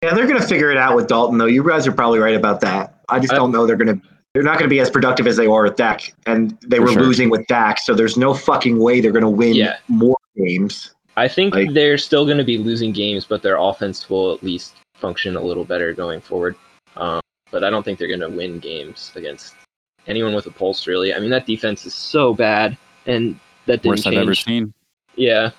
Yeah, they're going to figure it out with Dalton, though. You guys are probably right about that. I just I- don't know they're going to. They're not going to be as productive as they are with Dak, and they For were sure. losing with Dak, so there's no fucking way they're going to win Yeah. more games. I think Like- they're still going to be losing games, but their offense will at least function a little better going forward. Um, but I don't think they're going to win games against anyone with a pulse, really. I mean, that defense is so bad, and that didn't Worst change. I've ever seen. Yeah.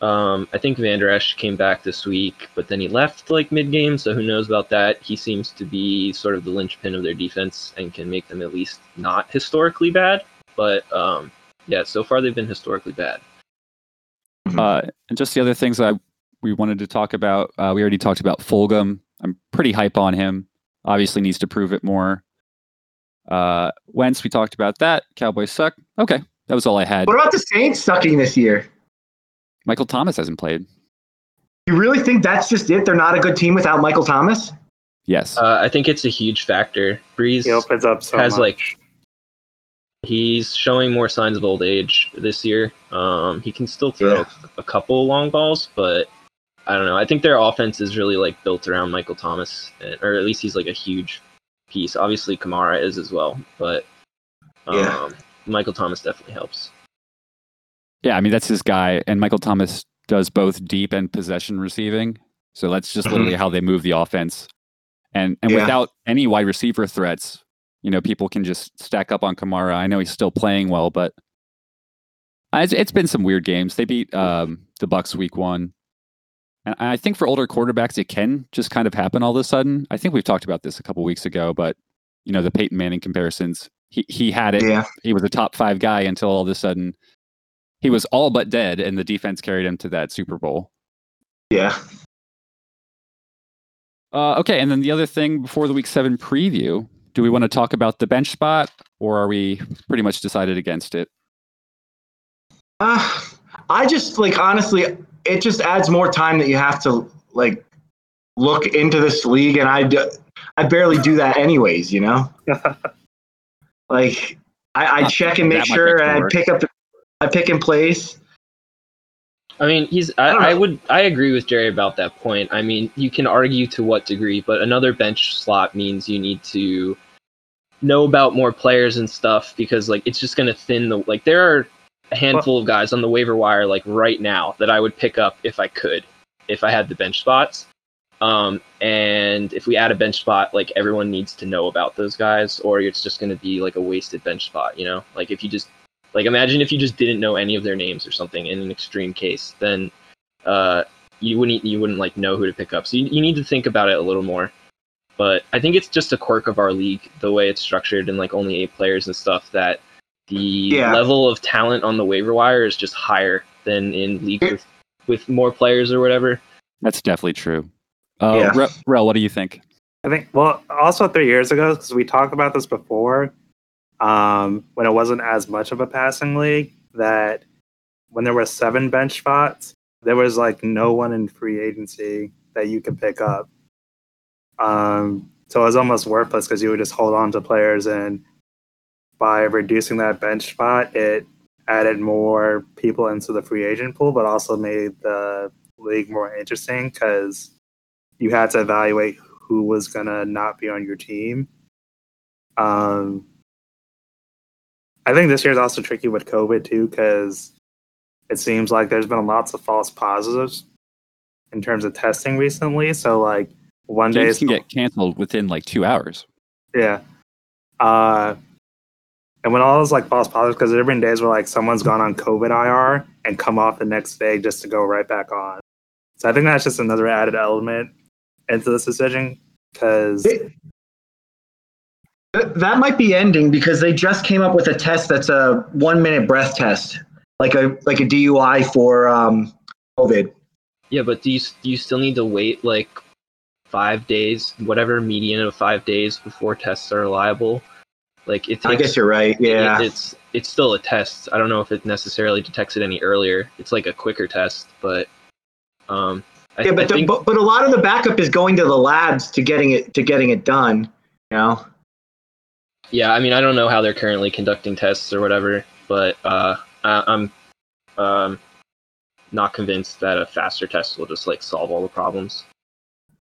Um, I think Van Der Esch came back this week, but then he left like mid game, so who knows about that. He seems to be sort of the linchpin of their defense and can make them at least not historically bad. But um, yeah, so far they've been historically bad. Uh, and just the other things that I, we wanted to talk about. Uh, we already talked about Fulgham. I'm pretty hype on him. Obviously, needs to prove it more. Uh, Wentz, we talked about that. Cowboys suck. Okay, that was all I had. What about the Saints sucking this year? Michael Thomas hasn't played. You really think that's just it? They're not a good team without Michael Thomas? Yes, Uh, I think it's a huge factor. Breeze, he opens up so has, much. like, he's showing more signs of old age this year. Um, he can still throw Yeah. a couple long balls, but I don't know. I think their offense is really like built around Michael Thomas, and- or at least he's like a huge piece. Obviously, Kamara is as well, but um, Yeah. Michael Thomas definitely helps. yeah. I mean, that's his guy. And Michael Thomas does both deep and possession receiving. So that's just Mhm. literally how they move the offense. And and Yeah. without any wide receiver threats, you know, people can just stack up on Kamara. I know he's still playing well, but Uh, it's, it's been some weird games. They beat um, the Bucks week one, and I think for older quarterbacks, it can just kind of happen all of a sudden. I think we've talked about this a couple weeks ago, but you know, the Peyton Manning comparisons. He he had it. Yeah. He was a top five guy until all of a sudden he was all but dead, and the defense carried him to that Super Bowl. Yeah. Uh, okay, and then the other thing before the week seven preview, do we want to talk about the bench spot, or are we pretty much decided against it? Uh, I just like honestly, it just adds more time that you have to like look into this league, and I do, I barely do that anyways. You know, like I, I Not check and that make much sure, extra and I work. pick up, the, I pick in place. I mean, he's. I, I don't I, know. would. I agree with Jerry about that point. I mean, you can argue to what degree, but another bench slot means you need to know about more players and stuff because, like, it's just going to thin the. Like, there are a handful of guys on the waiver wire, like right now, that I would pick up if I could, if I had the bench spots. Um, and if we add a bench spot, like everyone needs to know about those guys, or it's just going to be like a wasted bench spot. You know, like if you just like imagine if you just didn't know any of their names or something in an extreme case, then uh you wouldn't you wouldn't like know who to pick up. So you, you need to think about it a little more. But I think it's just a quirk of our league, the way it's structured and like only eight players and stuff that the Yeah. level of talent on the waiver wire is just higher than in leagues with with more players or whatever. That's definitely true. Uh, Yeah. Re- Rel, what do you think? I think, well, also three years ago, because we talked about this before, um, when it wasn't as much of a passing league, that when there were seven bench spots, there was like no one in free agency that you could pick up. Um, so it was almost worthless because you would just hold on to players. And by reducing that bench spot, it added more people into the free agent pool, but also made the league more interesting because you had to evaluate who was gonna not be on your team. Um, I think this year's also tricky with COVID too, because it seems like there's been lots of false positives in terms of testing recently. So like one day, Games can some- get canceled within like two hours. yeah. Uh, and when all those like false positives, because there have been days where like someone's gone on COVID IR and come off the next day just to go right back on. So I think that's just another added element into this decision because It- Th- that might be ending because they just came up with a test that's a one minute breath test, like a like a DUI for um, COVID. Yeah, but do you do you still need to wait like five days, whatever median of five days before tests are reliable? Like it takes. I guess you're right. it- Yeah. it's it's still a test. I don't know if it necessarily detects it any earlier. It's like a quicker test, but um, I, yeah, I but, the, think but but a lot of the backup is going to the labs to getting it to getting it done. You know, yeah. I mean, I don't know how they're currently conducting tests or whatever, but uh, I, I'm um not convinced that a faster test will just like solve all the problems.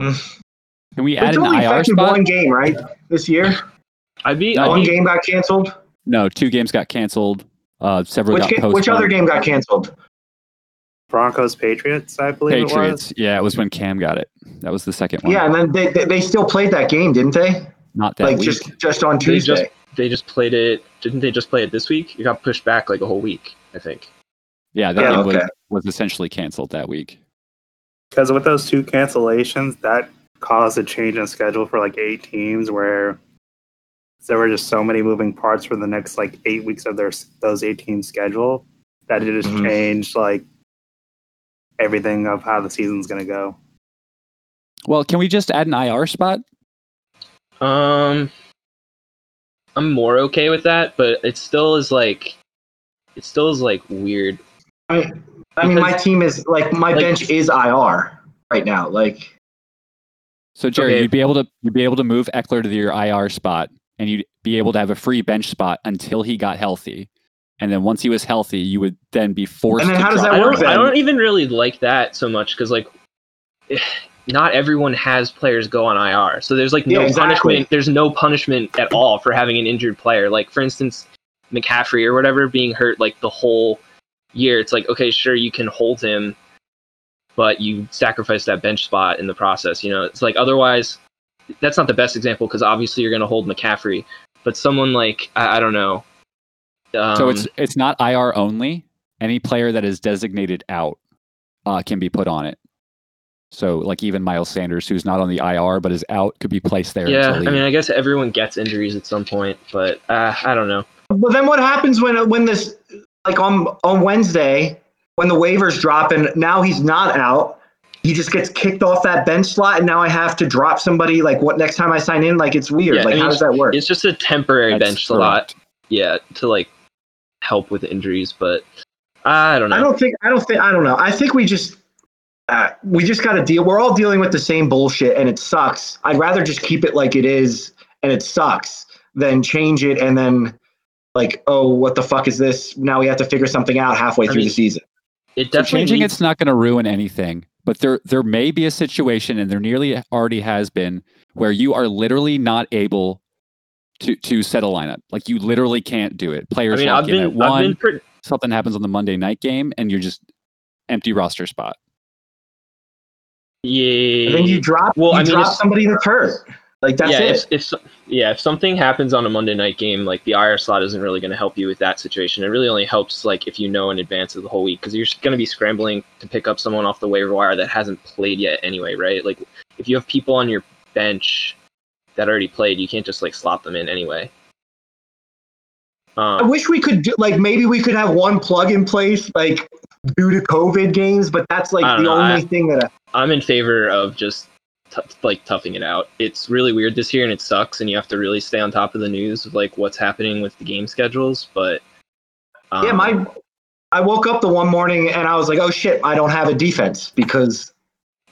Can we add it's an only IR affected spot? one game, right? This year, I'd be, No, I'd one be- game got canceled. No, two games got canceled. Uh, several Which got ga- postponed. which other game got canceled? Broncos Patriots, I believe it was. Patriots. Yeah, it was when Cam got it. That was the second one. Yeah, and then they, they they still played that game, didn't they? not that like week. just just on They Tuesday. just- they just played it. Didn't they just play it this week? It got pushed back like a whole week, I think. yeah, that Yeah, game okay. was, was essentially canceled that week. Because with those two cancellations, that caused a change in schedule for like eight teams where there were just so many moving parts for the next like eight weeks of their those eight teams schedule that it just Mm-hmm. Mhm. changed like everything of how the season's gonna go. Well, can we just add an IR spot? Um, I'm more okay with that, but it still is like, it still is like weird. I, I mean, my team is like my Like- bench is IR right now. Like, So Jerry, Okay. you'd be able to you'd be able to move Eckler to your IR spot, and you'd be able to have a free bench spot until he got healthy. And then once he was healthy, you would then be forced. And then to how does drop that I work him. then? don't, I don't even really like that so much because like, not everyone has players go on IR, so there's like no Yeah, exactly. punishment. There's no punishment at all for having an injured player. Like for instance, McCaffrey or whatever being hurt like the whole year. It's like okay, sure you can hold him, but you sacrifice that bench spot in the process. You know, it's like otherwise. That's not the best example because obviously you're going to hold McCaffrey, but someone like I, I don't know. Um, So it's it's not IR only. Any player that is designated out uh, can be put on it. So like even Miles Sanders, who's not on the IR but is out, could be placed there. Yeah, I until he- mean, I guess everyone gets injuries at some point, but uh, I don't know. but then what happens when when this like on on Wednesday when the waivers drop and now he's not out, he just gets kicked off that bench slot, and now I have to drop somebody. Like, what next time I sign in? Like, it's weird. Yeah, I like, mean, how does that work? It's just a temporary That's bench slot, correct. yeah, to like help with injuries, but I don't know. I don't think. I don't think. I don't know. I think we just. Uh, we just got to deal. We're all dealing with the same bullshit, and it sucks. I'd rather just keep it like it is, and it sucks, than change it and then, like, oh, what the fuck is this? Now we have to figure something out halfway I through mean, the season. it So definitely changing needs- it's not going to ruin anything, but there there may be a situation, and there nearly already has been, where you are literally not able to to set a lineup. Like you literally can't do it. I Players mean, lock I've in at been, one. I've been pretty, something happens on the Monday night game, and you're just empty roster spot. yeah. And then you drop. Well, you I mean, drop it's- somebody that's hurt. Like that's yeah, it. if, if so- yeah, if something happens on a Monday night game, like the IR slot isn't really going to help you with that situation. It really only helps like if you know in advance of the whole week because you're going to be scrambling to pick up someone off the waiver wire that hasn't played yet anyway, right? Like if you have people on your bench that already played, you can't just like slot them in anyway. I Um, wish we could do like maybe we could have one plug in place like due to COVID games, but that's like I don't the know, only I- thing that. I, I'm in favor of just t- like toughing it out. It's really weird this year and it sucks, and you have to really stay on top of the news of like what's happening with the game schedules. But um, yeah, my I woke up the one morning and I was like, oh shit, I don't have a defense because.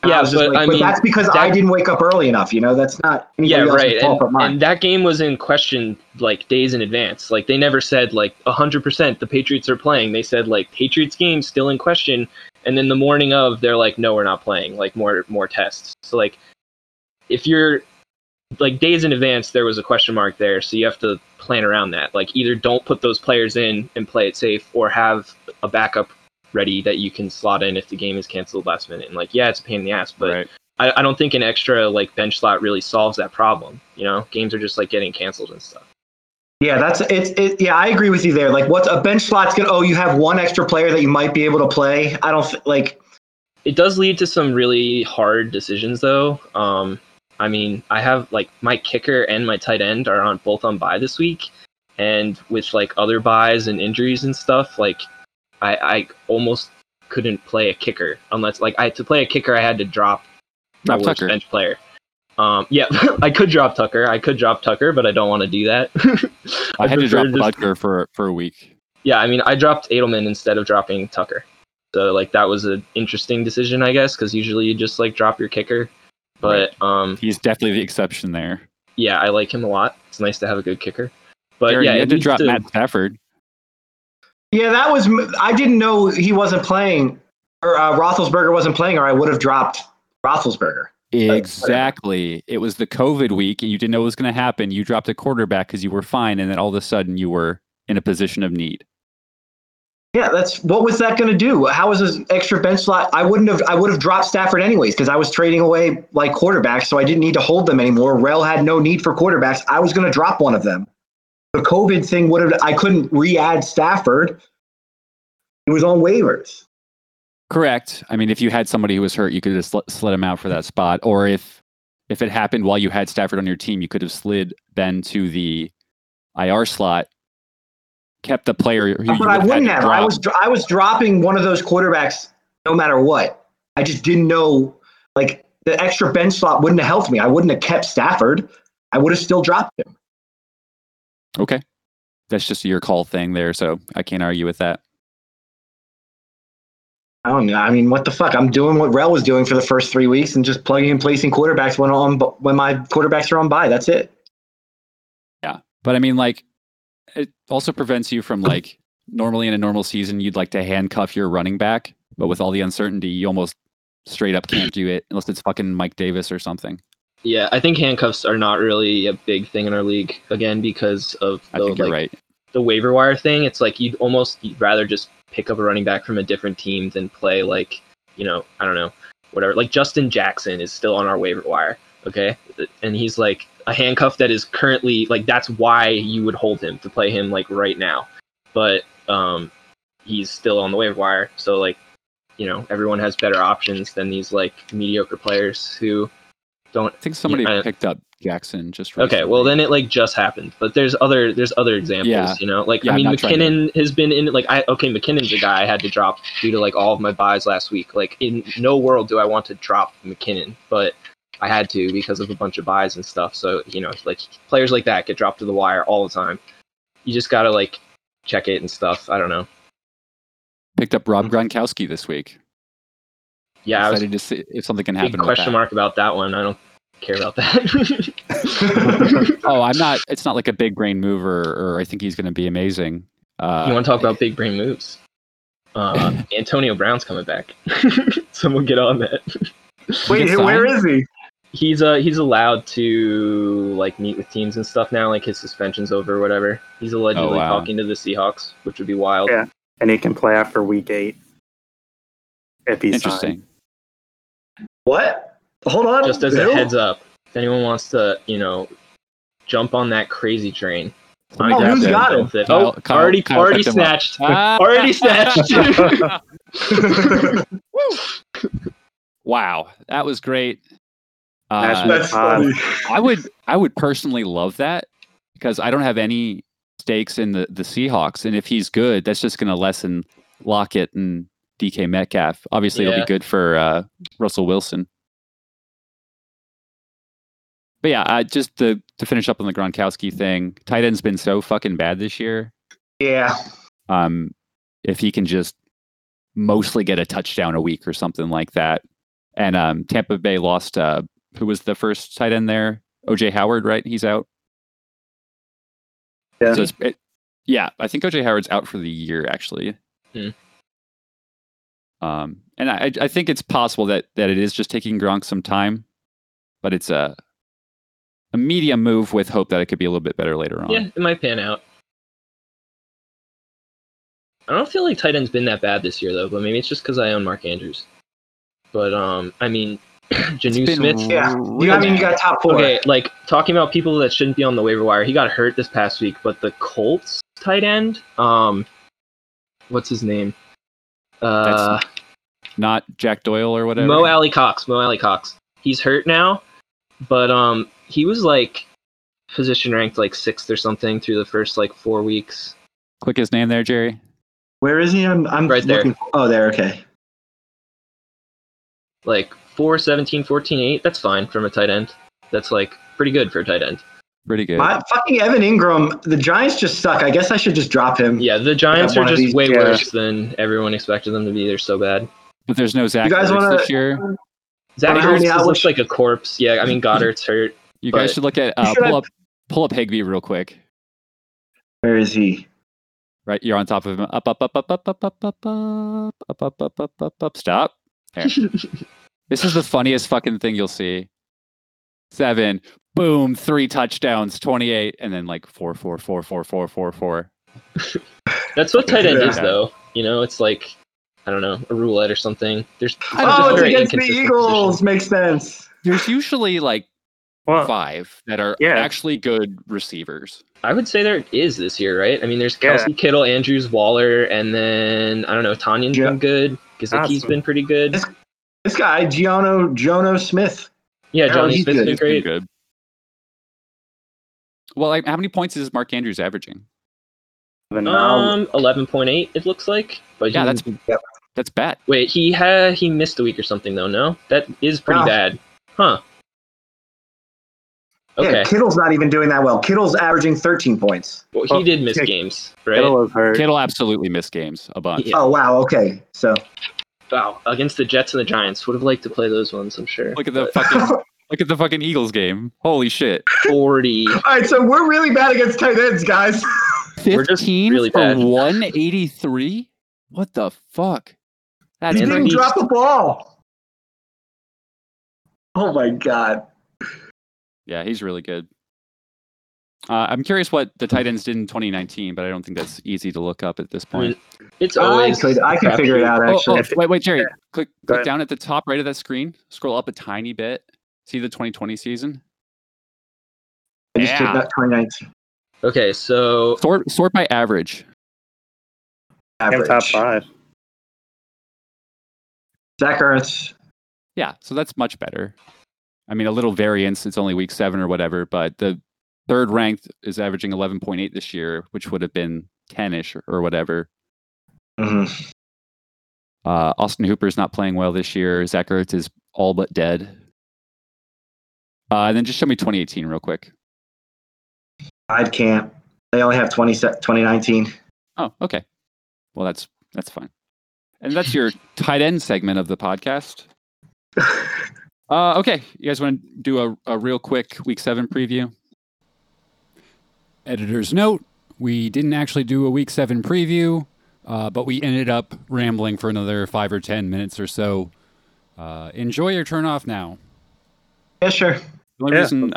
and Yeah, I was just but like, I but mean, that's because I that- didn't wake up early enough. You know, that's not anybody yeah, else's right. fault And, but mine. and that game was in question like days in advance. Like they never said like hundred percent the Patriots are playing. They said like Patriots game still in question, and then the morning of they're like, no, we're not playing. Like more more tests. So like if you're like days in advance, there was a question mark there, so you have to plan around that. Like either don't put those players in and play it safe, or have a backup ready that you can slot in if the game is canceled last minute. And like yeah, it's a pain in the ass, but. right. I, I don't think an extra like bench slot really solves that problem. You know, games are just like getting canceled and stuff. Yeah, that's it's it. Yeah, I agree with you there. Like, what's a bench slot's gonna? Oh, you have one extra player that you might be able to play. I don't th- like. It does lead to some really hard decisions though. Um, I mean, I have like my kicker and my tight end are on both on bye this week, and with like other buys and injuries and stuff, like I, I almost couldn't play a kicker unless like I to play a kicker I had to drop my Drop worst Tucker. bench player. Um, yeah, I could drop Tucker. I could drop Tucker, but I don't want to do that. I, had to prefer drop just- Butker for for a week. Yeah, I mean, I dropped Edelman instead of dropping Tucker. So like that was an interesting decision, I guess, because usually you just like drop your kicker. But um, He's definitely the exception there. yeah, I like him a lot. It's nice to have a good kicker. But Jared, yeah, you it Uh, had to leads drop Matt Stafford. Yeah, that was. m- I didn't know he wasn't playing, or uh, Roethlisberger wasn't playing, or I would have dropped Roethlisberger. Exactly. It was the COVID week, and you didn't know what was going to happen. You dropped a quarterback because you were fine, and then all of a sudden you were in a position of need. Yeah, that's what was that going to do? How was this extra bench slot? I wouldn't have. I would have dropped Stafford anyways because I was trading away like quarterbacks, so I didn't need to hold them anymore. Rel had no need for quarterbacks. I was going to drop one of them. The COVID thing would have. I couldn't re-add Stafford. It was on waivers. Correct. I mean, if you had somebody who was hurt, you could have sl- slid him out for that spot, or if if it happened while you had Stafford on your team, you could have slid Ben to the IR slot, kept the player. Who you but I would've had wouldn't to have. I drop. was I was dropping one of those quarterbacks no matter what. I just didn't know like the extra bench slot wouldn't have helped me. I wouldn't have kept Stafford. I would have still dropped him. Okay. That's just your call thing there, so I can't argue with that. I don't know. I mean, what the fuck? I'm doing what Rel was doing for the first three weeks and just plugging and placing quarterbacks when on when my quarterbacks are on by. That's it. But I mean, like, it also prevents you from like normally in a normal season you'd like to handcuff your running back, but with all the uncertainty, you almost straight up can't do it unless it's fucking Mike Davis or something. Yeah, I think handcuffs are not really a big thing in our league again because of I the think like you're right. the waiver wire thing. It's like you'd almost you'd rather just pick up a running back from a different team than play like you know I don't know whatever. Like Justin Jackson is still on our waiver wire, okay, and he's like a handcuff that is currently like that's why you would hold him to play him like right now, but um he's still on the waiver wire, so like you know everyone has better options than these like mediocre players who don't I think somebody Yeah, I- picked up Jackson just recently. Okay, well then it like just happened, but there's other there's other examples, Yeah. you know. Like Yeah, I I'm mean, not trying to- McKinnon has been in like I okay, McKinnon's a guy I had to drop due to like all of my buys last week. Like in no world do I want to drop McKinnon, but I had to because of a bunch of buys and stuff. So you know, like players like that get dropped to the wire all the time. You just gotta like check it and stuff. I don't know. picked up Rob Gronkowski this week. Yeah, I was excited to see if something can big happen. with question that. mark about that one. I don't care about that. Oh, I'm not. It's not like a big brain mover, or I think he's going to be amazing. Uh, you want to talk about big brain moves? Uh, Antonio Brown's coming back. Someone get on that. Wait, get where is he? He's uh he's allowed to like meet with teams and stuff now. Like his suspension's over, or whatever. He's allegedly Oh, wow. talking to the Seahawks, which would be wild. Yeah. and he can play after week eight if he's interesting. signed. What? Hold on. Just as Bill? a heads up, if anyone wants to, you know, jump on that crazy train. Somebody Oh, grabbed who's him. got him? it? Kyle- Oh, Kyle already picked him already up. snatched. Ah! Already snatched. wow, that was great. Uh, National- That's funny. I would I would personally love that because I don't have any stakes in the, the Seahawks. And if he's good, that's just going to lessen Lockett and DK Metcalf. Obviously, it'll Yeah. be good for uh, Russell Wilson. But yeah, I, just to, to finish up on the Gronkowski thing, tight end's been so fucking bad this year. Yeah. Um, if he can just mostly get a touchdown a week or something like that. And um, Tampa Bay lost, uh, who was the first tight end there? OJ Howard, right? He's out. Yeah. So it's, it, yeah, I think OJ Howard's out for the year actually. Hmm. Um, and I, I think it's possible that that it is just taking Gronk some time, but it's a a medium move with hope that it could be a little bit better later on. Yeah, it might pan out. I don't feel like tight end's been that bad this year though, but maybe it's just because I own Mark Andrews. But um, I mean, It's Janu been Smith. Yeah. really You, I mean, you bad. got top four. Okay, like talking about people that shouldn't be on the waiver wire. He got hurt this past week, but the Colts tight end, um, what's his name? Uh, not Jack Doyle or whatever. Mo Alley Cox. Mo Alley Cox. He's hurt now, but um, he was like position ranked like sixth or something through the first like four weeks. Click his name there, Jerry. Where is he? I'm, I'm Right there. looking. Oh, there. Okay. Like 4, 17, 14, 8. That's fine from a tight end. That's like pretty good for a tight end. Pretty good. My, fucking Evan Ingram. The Giants just suck. I guess I should just drop him. Yeah, the Giants one are of just these- way yeah. worse than everyone expected them to be. They're so bad. but there's no Zach You guys Ertz wanna- this year. Zach Wanna help Ertz me out just with- looks like a corpse. Yeah, I mean Goddard's hurt. You but- guys should look at uh, Should I- pull up pull up Higby real quick. Where is he? Right, you're on top of him. Up, up, up, up, up, up, up, up, up, up, up, up, up, up, up. Stop. There. this is the funniest fucking thing you'll see. Seven, boom, three touchdowns, twenty-eight, and then like four, four, four, four, four, four, four. That's what tight end is Yeah. though. You know, it's like I don't know, a roulette or something. There's I don't it's a Oh, it's know. very against the inconsistent Eagles. position. Makes sense. There's usually like Well, five that are yeah. actually good receivers. I would say there is this year, right? I mean, there's Yeah. Kelsey Kittle, Andrews, Waller, and then I don't know. Tanyan's Yeah. been good. Kazuki's Awesome. been pretty good. It's- This guy, Giono Jono Smith. Yeah, yeah, Johnny he's Smith's good. been He's been great. good. Well, like, how many points is Mark Andrews averaging? then now- Um, eleven point eight, it looks like. But Yeah, he- that's Yep. that's bad. wait. He had he missed a week or something though. No, that is pretty No. bad, huh? Okay, Yeah, Kittle's not even doing that well. Kittle's averaging 13 points. well, Well, he did miss yeah, games, right? Kittle was hurt. Kittle absolutely missed games a bunch. Yeah. Oh wow. Okay. So Wow, against the Jets and the Giants. Would have liked to play those ones, I'm sure. Look at the fucking look at the fucking Eagles game. Holy shit. 40. All right, so we're really bad against tight ends, guys. 15 We're just really for bad. 183? What the fuck? That's He didn't And Anthony- drop a ball. Oh my god. Yeah, he's really good. Uh, I'm curious what the tight ends did in 2019, but I don't think that's easy to look up at this point. It's I always. could I could crap figure it out Mm, Oh, oh, actually. wait, wait, Jerry. Click, Go click ahead. down at the top right of that screen. Scroll up a tiny bit. See the 2020 season. I just did yeah. that 2019 Okay, so Sort sort by average. Came average. top five. Zach Ertz. Yeah, so that's much better. I mean, a little variance. It's only week seven or whatever, but the third ranked is averaging 11.8 this year, which would have been 10 ish or whatever. Mhm. Uh, Austin Hooper's not playing well this year. Zach Ertz is all but dead. Uh, and then just show me 2018 real quick. I can't. They only have 20 se- 2019. Oh, okay. Well, that's that's fine. And that's your tight end segment of the podcast. Uh, okay, you guys want to do a, a real quick week seven preview? Editor's note: We didn't actually do a week seven preview, uh, but we ended up rambling for another five or ten minutes or so. Uh, enjoy your turn off now. yeah, sure. The only Yeah. reason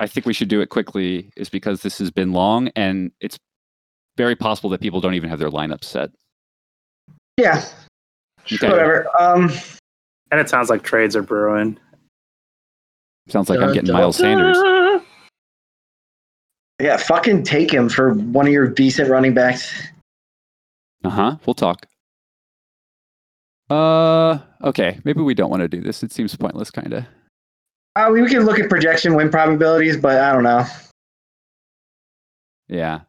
I think we should do it quickly is because this has been long, and it's very possible that people don't even have their lineup set. Yeah, Okay. whatever. Um And it sounds like trades are brewing. Sounds like I'm Dun, getting dun, Miles Sanders. dun. yeah, fucking take him for one of your decent running backs. Uh huh. We'll talk. Uh, okay. Maybe we don't want to do this. It seems pointless, kind of. Uh, we we can look at projection win probabilities, but I don't know. Yeah.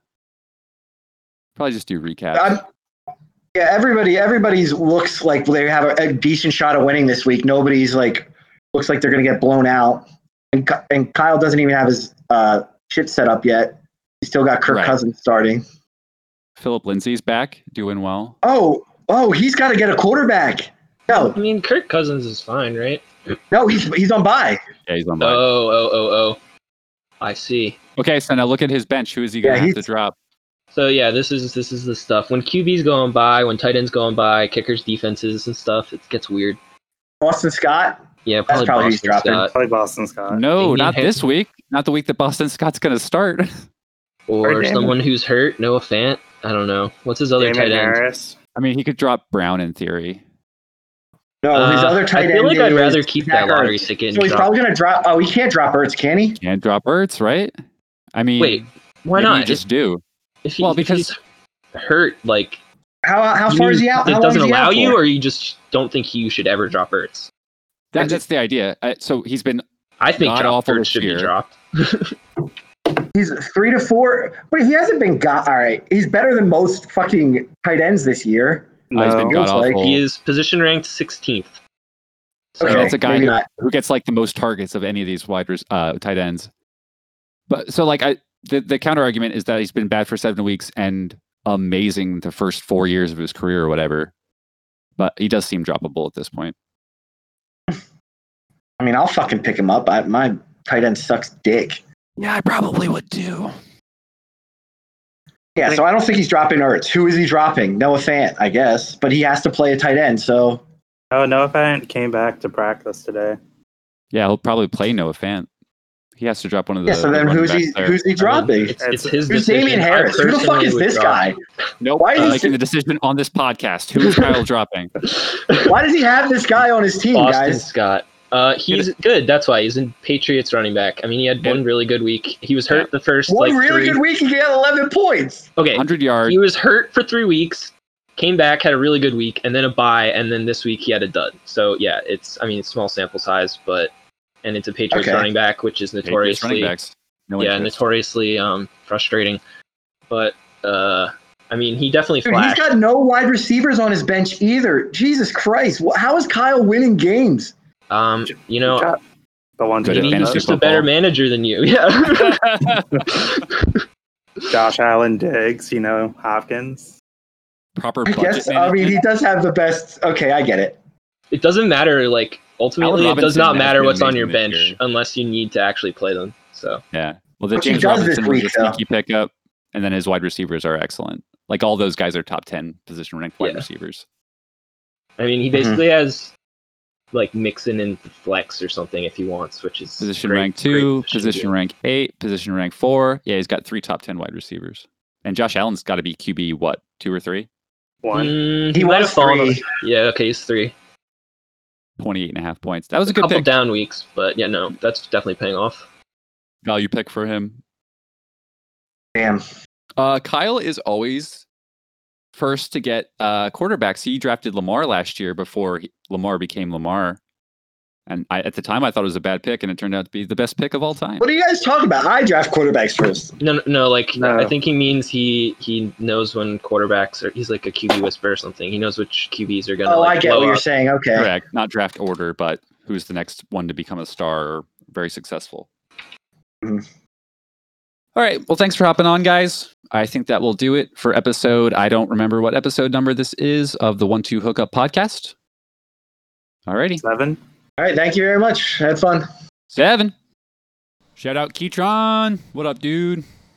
Probably just do recaps. I'm, yeah, everybody, everybody's looks like they have a, a decent shot of winning this week. Nobody's like looks like they're gonna get blown out, and Ky- and Kyle doesn't even have his uh, shit set up yet. He's still got Kirk Right. Cousins starting. Philip Lindsay's back, doing well. Oh, oh, he's got to get a quarterback. I No, mean, Kirk Cousins is fine, right? no, he's he's on bye. Yeah, he's on Oh, bye. oh, oh, oh. I see. okay, so now look at his bench. Who is he going Yeah, to have to he's- drop? So yeah, this is this is the stuff. When QB's going by, when tight ends going by, kickers, defenses, and stuff, it gets weird. Austin Scott. Yeah, probably, probably who he's Boston dropping. Scott Probably Boston uh, Scott. No, Damien not Harris. this week. Not the week that Boston Scott's going to start. or Damon. someone who's hurt. Noah Fant. I don't know. What's his other Damon tight end? Harris. I mean, he could drop Brown in theory. No, Oh, his Uh, other tight I feel end like I'd is rather keep Zach that lottery Ertz. ticket. And So he's drop- probably gonna drop. Oh, he can't drop Ertz, can he? Can't drop Ertz, right? I mean, Wait, why maybe you not? just do. if, if he, well, if because- he's hurt, like How how you far mean is he out? It How long doesn't is he allow out you, for? or you just don't think you should ever drop Ertz. That, that's the idea. Uh, so he's been I think God drop awful Ertz this should year. be dropped. He's three to four, but he hasn't been got. All right, he's better than most fucking tight ends this year. Oh, uh, he's been No. god Looks like awful. He is position ranked 16th. So, Okay, that's a guy maybe who- not. who gets like the most targets of any of these wide res- uh, tight ends. But so like I the, the counter argument is that he's been bad for seven weeks and amazing the first four years of his career or whatever. But he does seem droppable at this point. I mean, I'll fucking pick him up. I, my tight end sucks dick. Yeah, I probably would do. Yeah, so I don't think he's dropping Ertz. Who is he dropping? Noah Fant, I guess, but he has to play a tight end. So Oh, Noah Fant came back to practice today. Yeah, he'll probably play Noah Fant. He has to drop one of the. yeah, so the then running who's he? backs there. Who's he dropping? It's, it's Who's his decision. Damien I Harris? Who the fuck personally is would this drop- guy? Nope. Why Why is he making the decision on this podcast? Who is Kyle dropping? Why does he have this guy on his team, Austin guys? Scott. Uh, he's good. That's why he's in Patriots running back. I mean, he had one really good week. He was hurt the first One like really three. good week, he got eleven points. Okay, 100 yards. he was hurt for three weeks, came back, had a really good week, and then a bye, and then this week he had a dud. So yeah, it's I mean it's small sample size, but and it's a Patriots Okay. running back, which is Patriots notoriously running backs. No yeah interest. notoriously um frustrating. But uh, I mean he definitely Dude, he's flashed. got no wide receivers on his bench either. Jesus Christ, wh- how is Kyle winning games? um, you know Good job. the one Good maybe at he's fantasy just a football. better manager than you. Yeah. Josh Allen, Diggs, you know Hopkins. Proper I budget guess I management. mean he does have the best. Okay, I get it. it doesn't matter like ultimately it Robinson does not has matter been what's on amazing your this bench year. unless you need to actually play them so Yeah. Well, the But he James does this Robinson was a week, though. sneaky pickup, and then his wide receivers are excellent. Like all those guys are top ten position ranked wide Yeah. receivers. i mean Mm-hmm. he basically has like mixing in the flex or something if he wants which is Position great- rank great two, position, game. rank eight, position rank four. Yeah, he's got three top ten wide receivers, and Josh Allen's got to be QB what two or three? One. Mm, He might was have fallen three. yeah okay he's three 28 and a half points. That was a good couple pick. down weeks but yeah no that's definitely paying off Value pick for him. Damn. Uh, Kyle is always first to get uh, quarterbacks. He drafted Lamar last year before he- Lamar became Lamar. And I, at the time, I thought it was a bad pick, and it turned out to be the best pick of all time. What are you guys talking about? I draft quarterbacks first. no no, no like No. i think he means he he knows when quarterbacks are he's like a qb whisper or something he knows which qb's are gonna Oh, like, I get blow what you're up. saying. Okay. Correct. Not draft order, but who's the next one to become a star or very successful. Mhm. All right. Well, thanks for hopping on, guys. I think that will do it for episode. I don't remember what episode number this is of the One Two Hookup podcast. All righty. Seven. All right. Thank you very much. Had fun. Seven. Shout out Keytron. What up, dude?